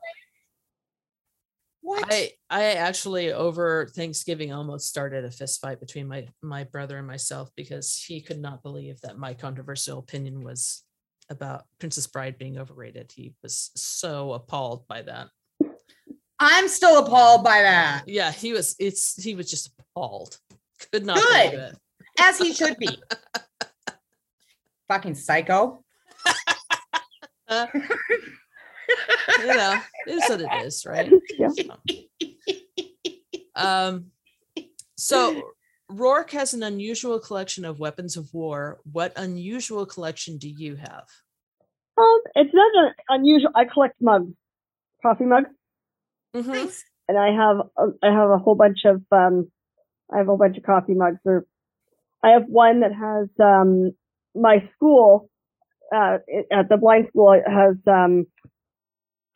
What? (laughs)
I I actually over Thanksgiving almost started a fist fight between my my brother and myself because he could not believe that my controversial opinion was about Princess Bride being overrated. He was so appalled by that.
I'm still appalled by that,
Yeah, he was it's he was just appalled. Could not
Good.
believe it.
as he should be.
(laughs)
Fucking psycho.
You know, it is what it is, right?
Yeah.
Um so Rourke has an unusual collection of weapons of war. What unusual collection do you have?
Um, it's not an unusual. I collect mugs, coffee mugs,
Mhm.
Nice.
and I have a, I have a whole bunch of um, I have a whole bunch of coffee mugs. Or I have one that has um, my school uh, it- at the blind school it has um,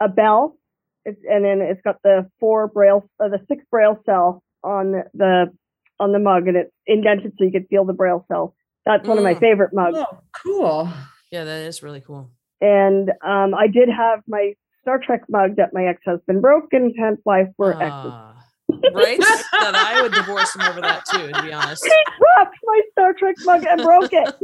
a bell, it's, and then it's got the four braille, uh, the six braille cell on the on the mug, and it's indented so you could feel the braille cell. That's one of my
Mm.
favorite mugs.
Oh, cool.
Yeah, that is really cool.
And um, I did have my Star Trek mug that my ex husband broke, and hence why we're exes.
Ah, right? that I would divorce him over that too, to be honest.
(laughs) He dropped my Star Trek mug and
(laughs)
broke it.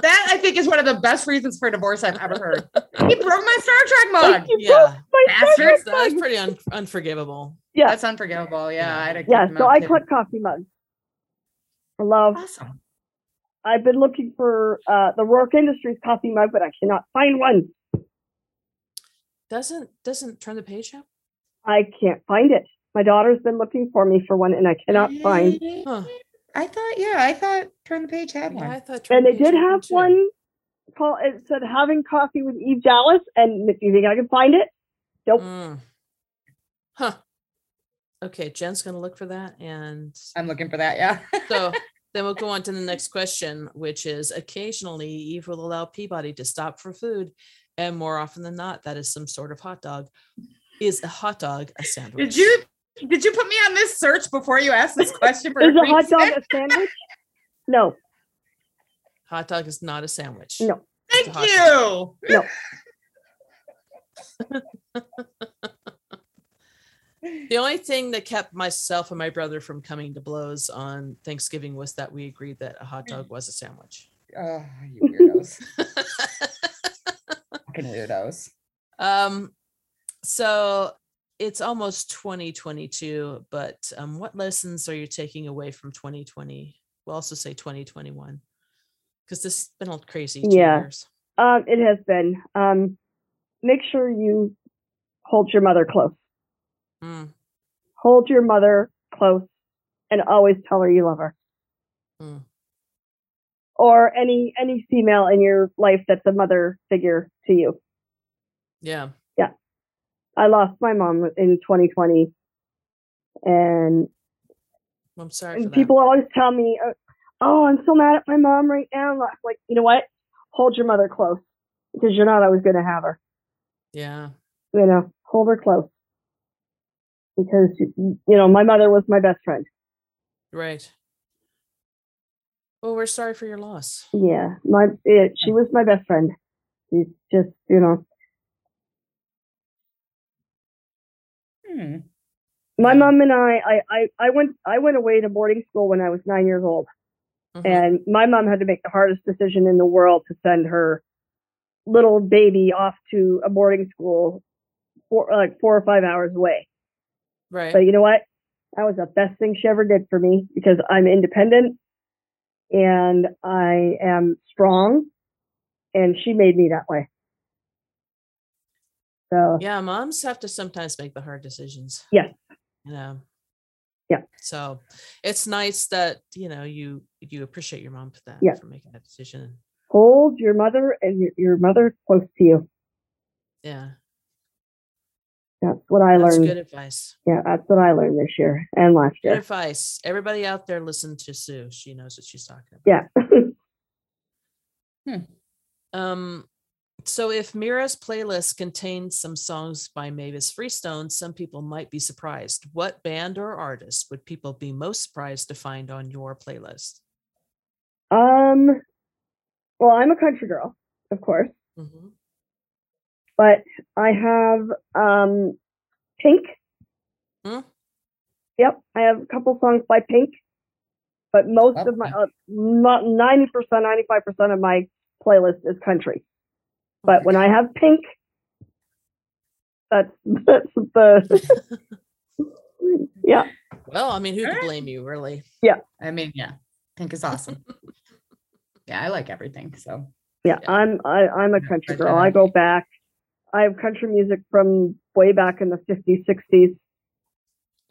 That I think is one of the best reasons for divorce I've ever heard. He broke my Star Trek
Like,
mug.
you broke (laughs)
Yeah,
my Star
Bastard.
Trek
that was
mug.
pretty un- unforgivable.
Yeah,
That's unforgivable. Yeah, I'd have kicked
yeah.
him
So
out
I
too.
collect coffee mugs. I love
Awesome.
I've been looking for uh, the Rourke Industries coffee mug, but I cannot find one.
Doesn't doesn't turn the page up?
I can't find it. My daughter's been looking for me for one, and I cannot find.
Huh.
I thought, yeah, I thought Turn the Page had
Yeah, I
one.
thought Turn
And
the
they
Page
did
had
have
too.
one. Call it said having coffee with Eve Dallas, and do you think I can find it? Nope.
Mm. Huh. Okay, Jen's gonna look for that and
I'm looking for that. Yeah. (laughs)
so then we'll go on to the next question, which is occasionally Eve will allow Peabody to stop for food, and more often than not, that is some sort of hot dog. Is a hot dog a sandwich?
Did you did you put me on this search before you asked this question? For
Is
a
a hot dog
reason?
a sandwich? No,
Hot dog is not a sandwich.
No.
a
Thank
hot
you.
The only thing that kept myself and my brother from coming to blows on Thanksgiving was that we agreed that a hot
Mm.
dog was a sandwich.
Oh, you
(laughs)
weirdos. Fucking weirdos.
Um, so it's almost 2022, but um, what lessons are you taking away from 2020? We'll also say 2021 because this has been all crazy. two
Yeah.
years.
um, it has been. Um, make sure you hold your mother close.
Mm,
Hold your mother close, and always tell her you love her.
mm.
Or any any female in your life that's a mother figure to you.
Yeah.
I lost my mom in 2020, and,
I'm sorry. For
and
that.
people always tell me, uh, "Oh, I'm so mad at my mom right now." I'm like, you know what? Hold your mother close because you're not always going to have her.
Yeah.
You know, hold her close because you know my mother was my best friend.
Right. Well, we're sorry for your loss.
Yeah, my it, she was my best friend. She's just you know
Hmm.
my
Yeah.
mom and I, I I I went I went away to boarding school when I was nine years old.
Mhm.
And my mom had to make the hardest decision in the world to send her little baby off to a boarding school for like four or five hours away.
right.
But you know what? That was the best thing she ever did for me because I'm independent and I am strong and she made me that way. So
yeah moms have to sometimes make the hard decisions
Yes.
you know
Yeah.
so it's nice that you know you you appreciate your mom for that
Yeah.
for making that decision
hold your mother and your, your mother close to you.
yeah
That's what I
that's
learned.
good advice
Yeah, that's what I learned this year and last
good
year.
advice everybody out there listen to sue she knows what she's talking about
Yeah. (laughs)
um so if mira's playlist contained some songs by mavis freestone some people might be surprised what band or artist would people be most surprised to find on your playlist
Um, well, I'm a country girl, of course,
Mhm.
but I have um, Pink.
Hmm?
Yep, I have a couple songs by Pink, but most of my uh, not ninety percent, ninety five percent of my playlist is country.
Oh
But when I have Pink, that's (laughs) that's the yeah.
well i mean who could
Alright.
blame you really
I mean, yeah. Pink is
(laughs)
awesome. yeah, I like everything. So
Yeah,
Yeah.
I'm I, I'm a
Yeah,
country
but,
girl.
uh,
I go back. I have country music from way back in the 50s, 60s.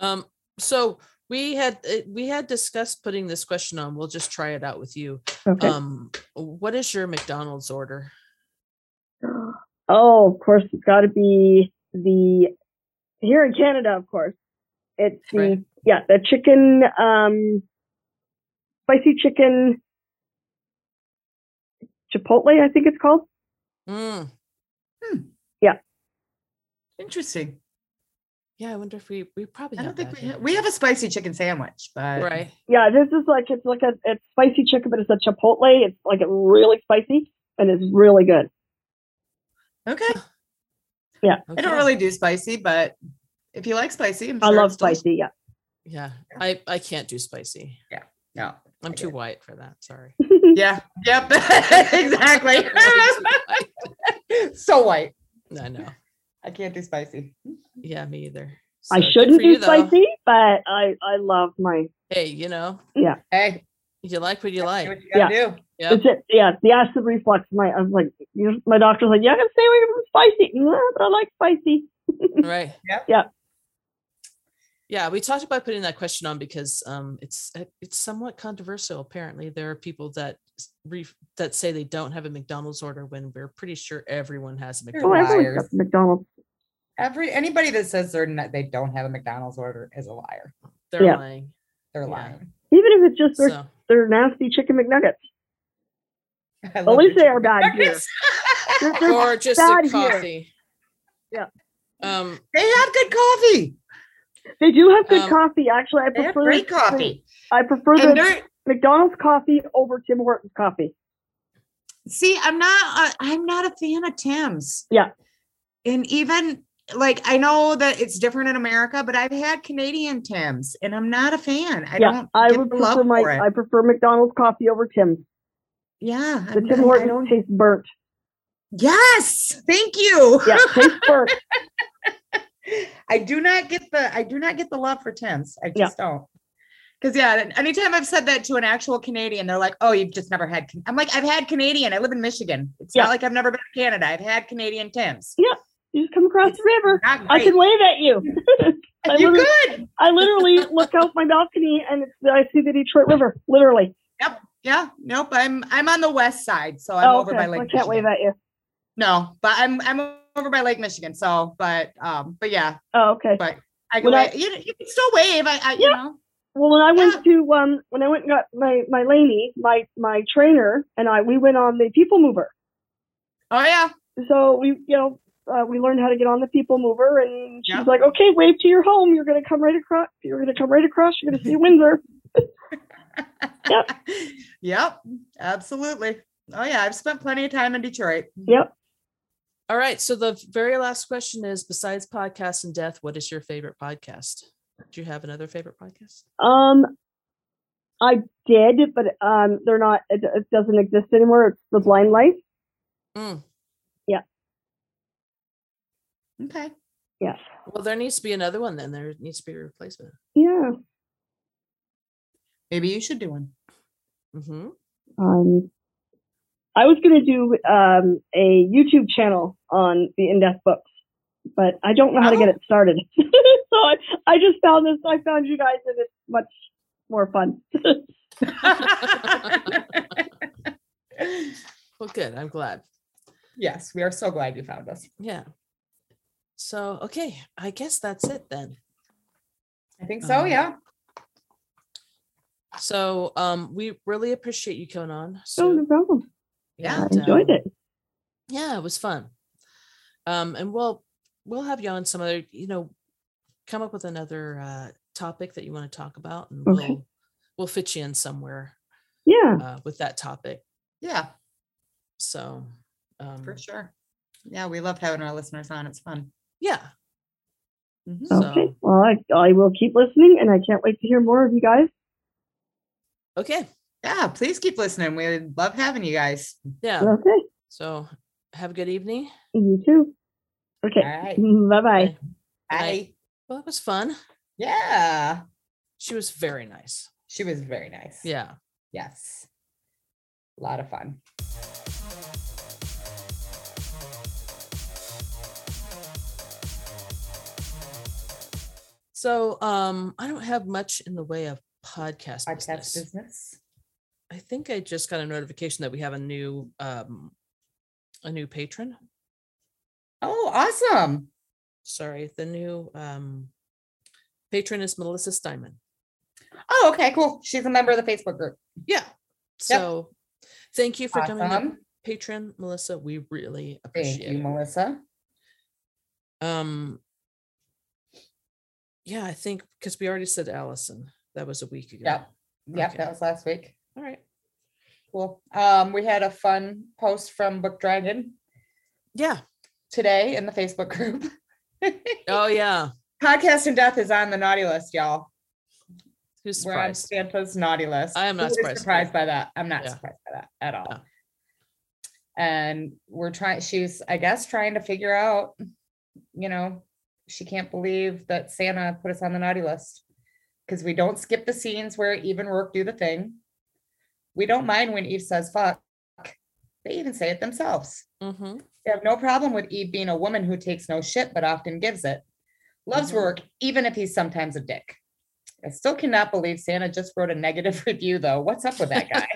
Um, so we had uh, we had discussed putting this question on. We'll just try it out with you.
Okay.
Um, what is your McDonald's order?
oh, of course, it's got to be the here in Canada. Of course, it's the
Right.
yeah the chicken um spicy chicken chipotle. I think it's called.
Mm,
interesting.
yeah, I wonder if we we probably
I don't
have
think
that
we
here.
have, we have a spicy chicken sandwich, but
right.
Yeah, this is like it's like a it's spicy chicken, but it's a chipotle. It's like a really spicy and it's really good.
okay.
(laughs)
I don't
Okay.
really do spicy, but if you like spicy, I'm
I
sure
love
it's deli-
spicy. Yeah.
Yeah, I I can't do spicy.
No.
I'm
I
too
did.
white for that.
(laughs)
Sorry.
(laughs)
Yeah. Yep. (laughs) exactly. (laughs)
I'm too white.
so white.
I know.
I can't do spicy.
Yeah, me either. So
I
good
shouldn't
for you,
do
though.
spicy, but I I love my
Hey, you know,
Hey,
You like what you like.
What you gotta do.
Yep.
That's it. Yeah, the acid reflux. My, I was like, you know, my doctor's like, yeah, I'm gonna stay away from spicy. "Nah, but I like spicy.
(laughs) right
Yeah.
yeah we talked about putting that question on because um it's it's somewhat controversial apparently there are people that s- re- that say they don't have a mcdonald's order when we're pretty sure everyone has a
Oh,
mcdonald's
everyone's
Liars.
got McDonald's.
Every anybody that says they're not, they don't have a McDonald's order is a liar.
they're
yeah.
lying
They're
Yeah.
lying. (laughs)
Even if it's just their,
so
their nasty chicken McNuggets.
I
At
love
least
your
they are
chicken
bad here.
nuggets.
They're- they're-
or just
bad
a
here.
coffee
Yeah.
um
(laughs) They have good coffee.
they do have good
Um,
coffee. Actually, I
They have
prefer
great coffee.
I prefer
And
the
they're
McDonald's coffee over Tim Hortons coffee.
see, I'm not. Uh, I'm not a fan of Tim's.
Yeah.
And even like I know that it's different in America, but I've had Canadian Tim's, and I'm not a fan. I
yeah,
don't.
I
get
would
the love
prefer my
for it.
I prefer McDonald's coffee over Tim's.
yeah.
The
I'm-
Tim
I- I
Hortons
don't-
tastes burnt.
Yes. Thank you. (laughs)
Yeah, tastes burnt.
I do not get the I do not get the love for Tim's. I
Yeah.
just don't. Because yeah, anytime I've said that to an actual Canadian, they're like, "Oh, you've just never had." Can-. I'm like, "I've had Canadian. I live in Michigan. It's
Yeah.
not like I've never been to Canada. I've had Canadian Tim's.
You just come across the river.
Not
I
great.
can wave at you. I
you
literally,
good? (laughs)
I literally look out my balcony and it's, I see the Detroit River. Literally.
Yeah. Nope. I'm I'm on the west side, so I'm
oh,
over
okay.
by
I
Lake.
can't
Michigan.
wave at you.
No, but I'm I'm over by Lake Michigan. So, but um, but yeah,
Oh, okay.
But- I can
When I-
wave. you, you can still wave. I, I you
Yeah.
know.
Well, when I
Ah!
went to um, when I went and got my my Laney, my my trainer and I, we went on the People Mover.
Oh yeah. (laughs)
So we, you know, uh, we learned how to get on the People Mover, and she's
Yeah.
like, "Okay, wave to your home. You're gonna come right across. You're gonna come right across. You're gonna
(laughs)
see Windsor." Yep.
yep. Absolutely. Oh yeah. I've spent plenty of time in Detroit.
Yep.
all right so the very last question is besides podcasts and death what is your favorite podcast do you have another favorite podcast
Um, I did, but um, they're not. It, it doesn't exist anymore. It's the Blind Life.
Mm.
Okay.
Yes.
well there needs to be another one then there needs to be a replacement
Yeah.
Maybe you should do one. (laughs)
hmm
Um, I was gonna do um a YouTube channel on the in depth books, but I don't know how
Oh.
to get it started. (laughs) so I, I just found this. I found you guys, and it's much more fun.
well good i'm glad
yes, we are so glad you found us.
yeah so okay i guess that's it then
I think
Oh,
so.
Um,
yeah.
So um we really appreciate you coming on.
Oh,
So
no problem.
Yeah.
I enjoyed it.
Yeah, it was fun. Um and we'll we'll have you on some other, you know, come up with another uh topic that you want to talk about and
Okay.
we'll we'll fit you in somewhere
Yeah.
uh with that topic.
Yeah,
So um
for sure. Yeah, we love having our listeners on. It's fun.
yeah.
Mhm.
So-
Okay. Well, I, I will keep listening, and I can't wait to hear more of you guys.
Okay.
Yeah, please keep listening. We love having you guys. Oh.
Yeah.
Okay.
So have a good evening.
You too. Okay.
All right.
(laughs) Bye bye.
Bye.
Well, it was fun.
Yeah.
She was very nice.
She was very nice.
Yeah.
Yes. A lot of fun.
So um I don't have much in the way of podcast
Podcast
business.
business.
I think I just got a notification that we have a new um a new patron.
Oh, awesome.
Sorry, the new um patron is Melissa Steinman.
Oh, okay, cool. She's a member of the Facebook group.
Yeah. So thank you for coming up,
Awesome.
patron Melissa. We really
Thank
appreciate
you, Melissa.
it. Um yeah, I think because we already said Allison. That was a week ago.
Yep. Yep,
Okay.
that was last week.
All right.
Cool. Um, we had a fun post from Book Dragon
Yeah.
today in the Facebook group. (laughs)
Oh yeah.
Podcast and Death is on the naughty list, y'all.
Who's
We're on
surprised?
Santa's naughty list.
I am not
Who is
surprised.
surprised by that. I'm not
Yeah.
surprised by that at all.
No.
And we're trying, she's, I guess, trying to figure out, you know, she can't believe that Santa put us on the naughty list because we don't skip the scenes where Eve and Rourke do the thing. We don't mind when Eve says fuck. They even say it themselves.
Mm-hmm.
They have no problem with Eve being a woman who takes no shit but often gives it. Loves
Mhm.
work, even if he's sometimes a dick. I still cannot believe Santa just wrote a negative (laughs) review, though. What's up with that guy?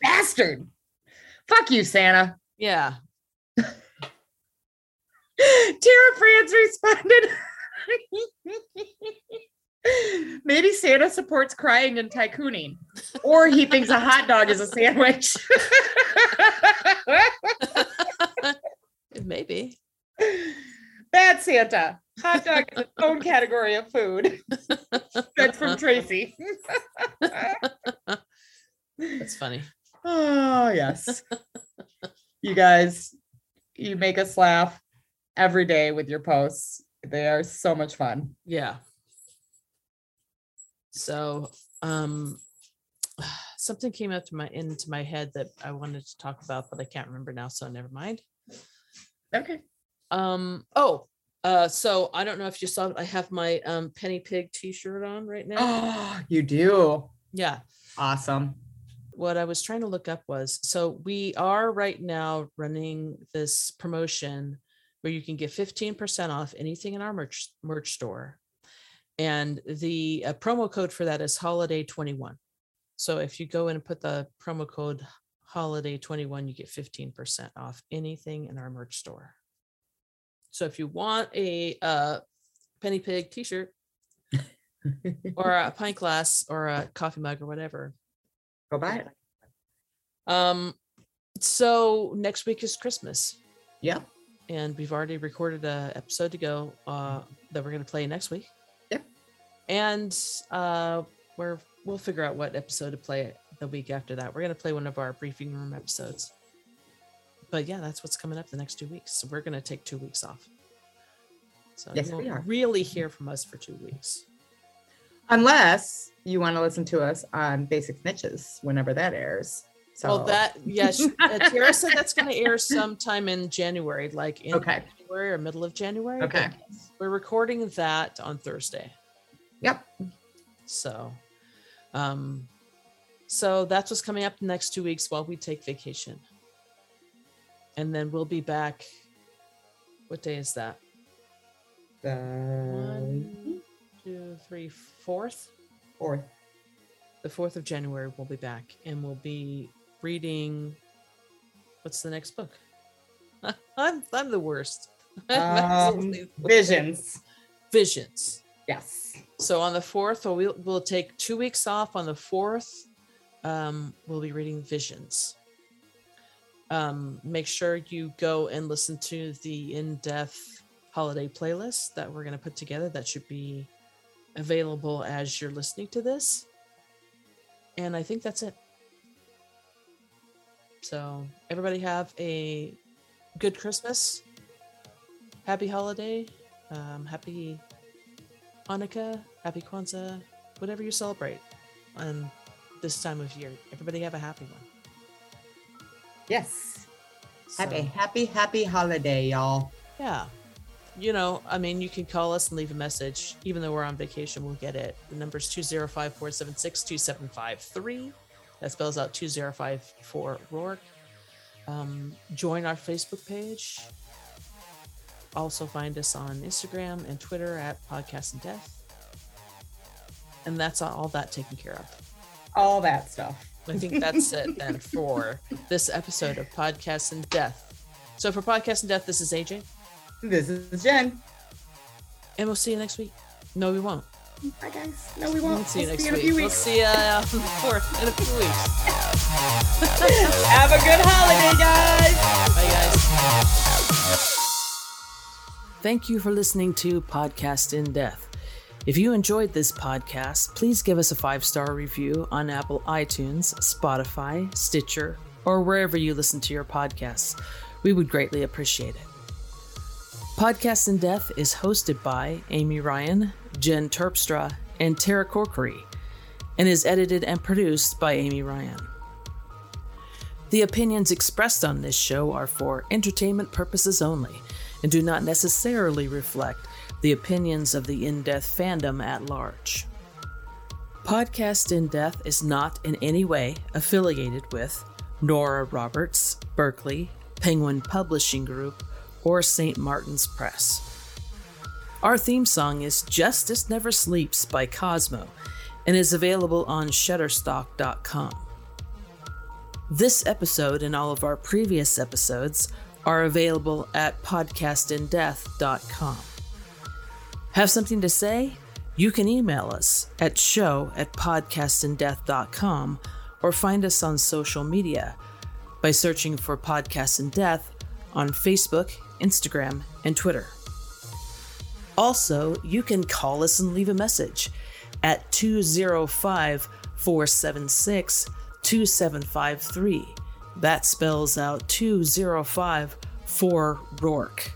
Bastard. Fuck you, Santa.
Yeah.
Tara France responded. (laughs) Maybe Santa supports crying and tycooning, or he thinks a hot dog is a sandwich. (laughs)
Maybe.
Bad Santa. Hot dog is its own category of food.
(laughs)
That's from Tracy.
That's funny.
Oh, yes. you guys, you make us laugh every day with your posts. They are so much fun.
Yeah. So, um, (sighs) something came up to my into my head that I wanted to talk about, but I can't remember now, so never mind.
Okay.
Um, oh, uh, so I don't know if you saw, I have my um Penny Pig T-shirt on right now.
(gasps) Oh, you do.
yeah.
Awesome.
What I was trying to look up was so we are right now running this promotion where you can get 15% off anything in our merch merch store. And the uh, promo code for that is holiday 21. So if you go in and put the promo code holiday 21, you get 15% off anything in our merch store. So if you want a uh, Penny Pig t shirt or a pint glass or a coffee mug or whatever,
Go buy it.
um, so next week is Christmas,
Yep.
and we've already recorded a episode to go uh, that we're going to play next week.
Yep.
And uh, we're we'll figure out what episode to play the week after that. We're going to play one of our briefing room episodes. But yeah, that's what's coming up the next two weeks. So we're going to take two weeks off. So
Yes,
you
we
won't
are.
really hear from us for two weeks.
Unless you want to listen to us on Basic Niches whenever that airs. So
Well, that
(laughs)
yes, uh, Tara said that's going to air sometime in January, like in
Okay.
January or middle of January. but
Okay.
We're recording that on Thursday.
Yep.
So, um, so that's what's coming up the next two weeks while we take vacation, and then we'll be back. What day is that? One,
The
two, three, fourth.
fourth.
The fourth of January, we'll be back, and we'll be reading. What's the next book? (laughs) I'm I'm the worst. (laughs) I'm
Um,
absolutely-
visions.
Visions.
Yes.
So on the fourth, well, we'll, we'll take two weeks off. On the fourth, um, we'll be reading Visions. Um, make sure you go and listen to the in-depth holiday playlist that we're going to put together. That should be available as you're listening to this. And I think that's it. So everybody have a good Christmas, happy holiday, um, happy Hanukkah, Happy Kwanzaa, whatever you celebrate on this time of year. Everybody have a happy one.
Yes. Have a
So,
happy, happy holiday, y'all.
yeah. You know, I mean, you can call us and leave a message. Even though we're on vacation, we'll get it. The number is 205 476 2753. That spells out 2054 Rourke. Um, join our Facebook page. Also, find us on Instagram and Twitter at Podcast and Death. And that's all that taken care of.
All that stuff.
I think that's it then for this episode of Podcast and Death. So for Podcast and Death, this is AJ,
This is Jen.
and we'll see you next week. No, we won't.
Bye, guys. No, we won't.
We'll see you
We'll
next
see in a
week.
few
We'll
weeks.
see you (laughs) on the fourth in a few weeks.
Have a good holiday, guys.
Bye, guys. Thank you for listening to Podcast in Death. If you enjoyed this podcast, please give us a five star review on Apple iTunes, Spotify, Stitcher, or wherever you listen to your podcasts. We would greatly appreciate it. Podcast in Death is hosted by Amy Ryan, Jen Terpstra, and Tara Corkery, and is edited and produced by Amy Ryan. The opinions expressed on this show are for entertainment purposes only and do not necessarily reflect the opinions of the in death fandom at large. Podcast in Death is not in any way affiliated with Nora Roberts, Berkeley, Penguin Publishing Group, or St. Martin's Press. Our theme song is Justice Never Sleeps by Cosmo and is available on Shutterstock.com. This episode and all of our previous episodes are available at podcastindeath.com. Have something to say? You can email us at show at podcastindeath.com or find us on social media by searching for Podcast in Death on Facebook, Instagram, and Twitter. Also, you can call us and leave a message at 205 476 2753. That spells out 205 4 Rourke.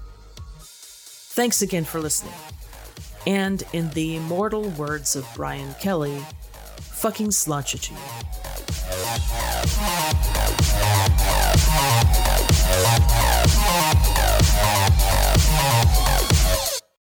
Thanks again for listening. And in the immortal words of Brian Kelly, fucking slontitude. you.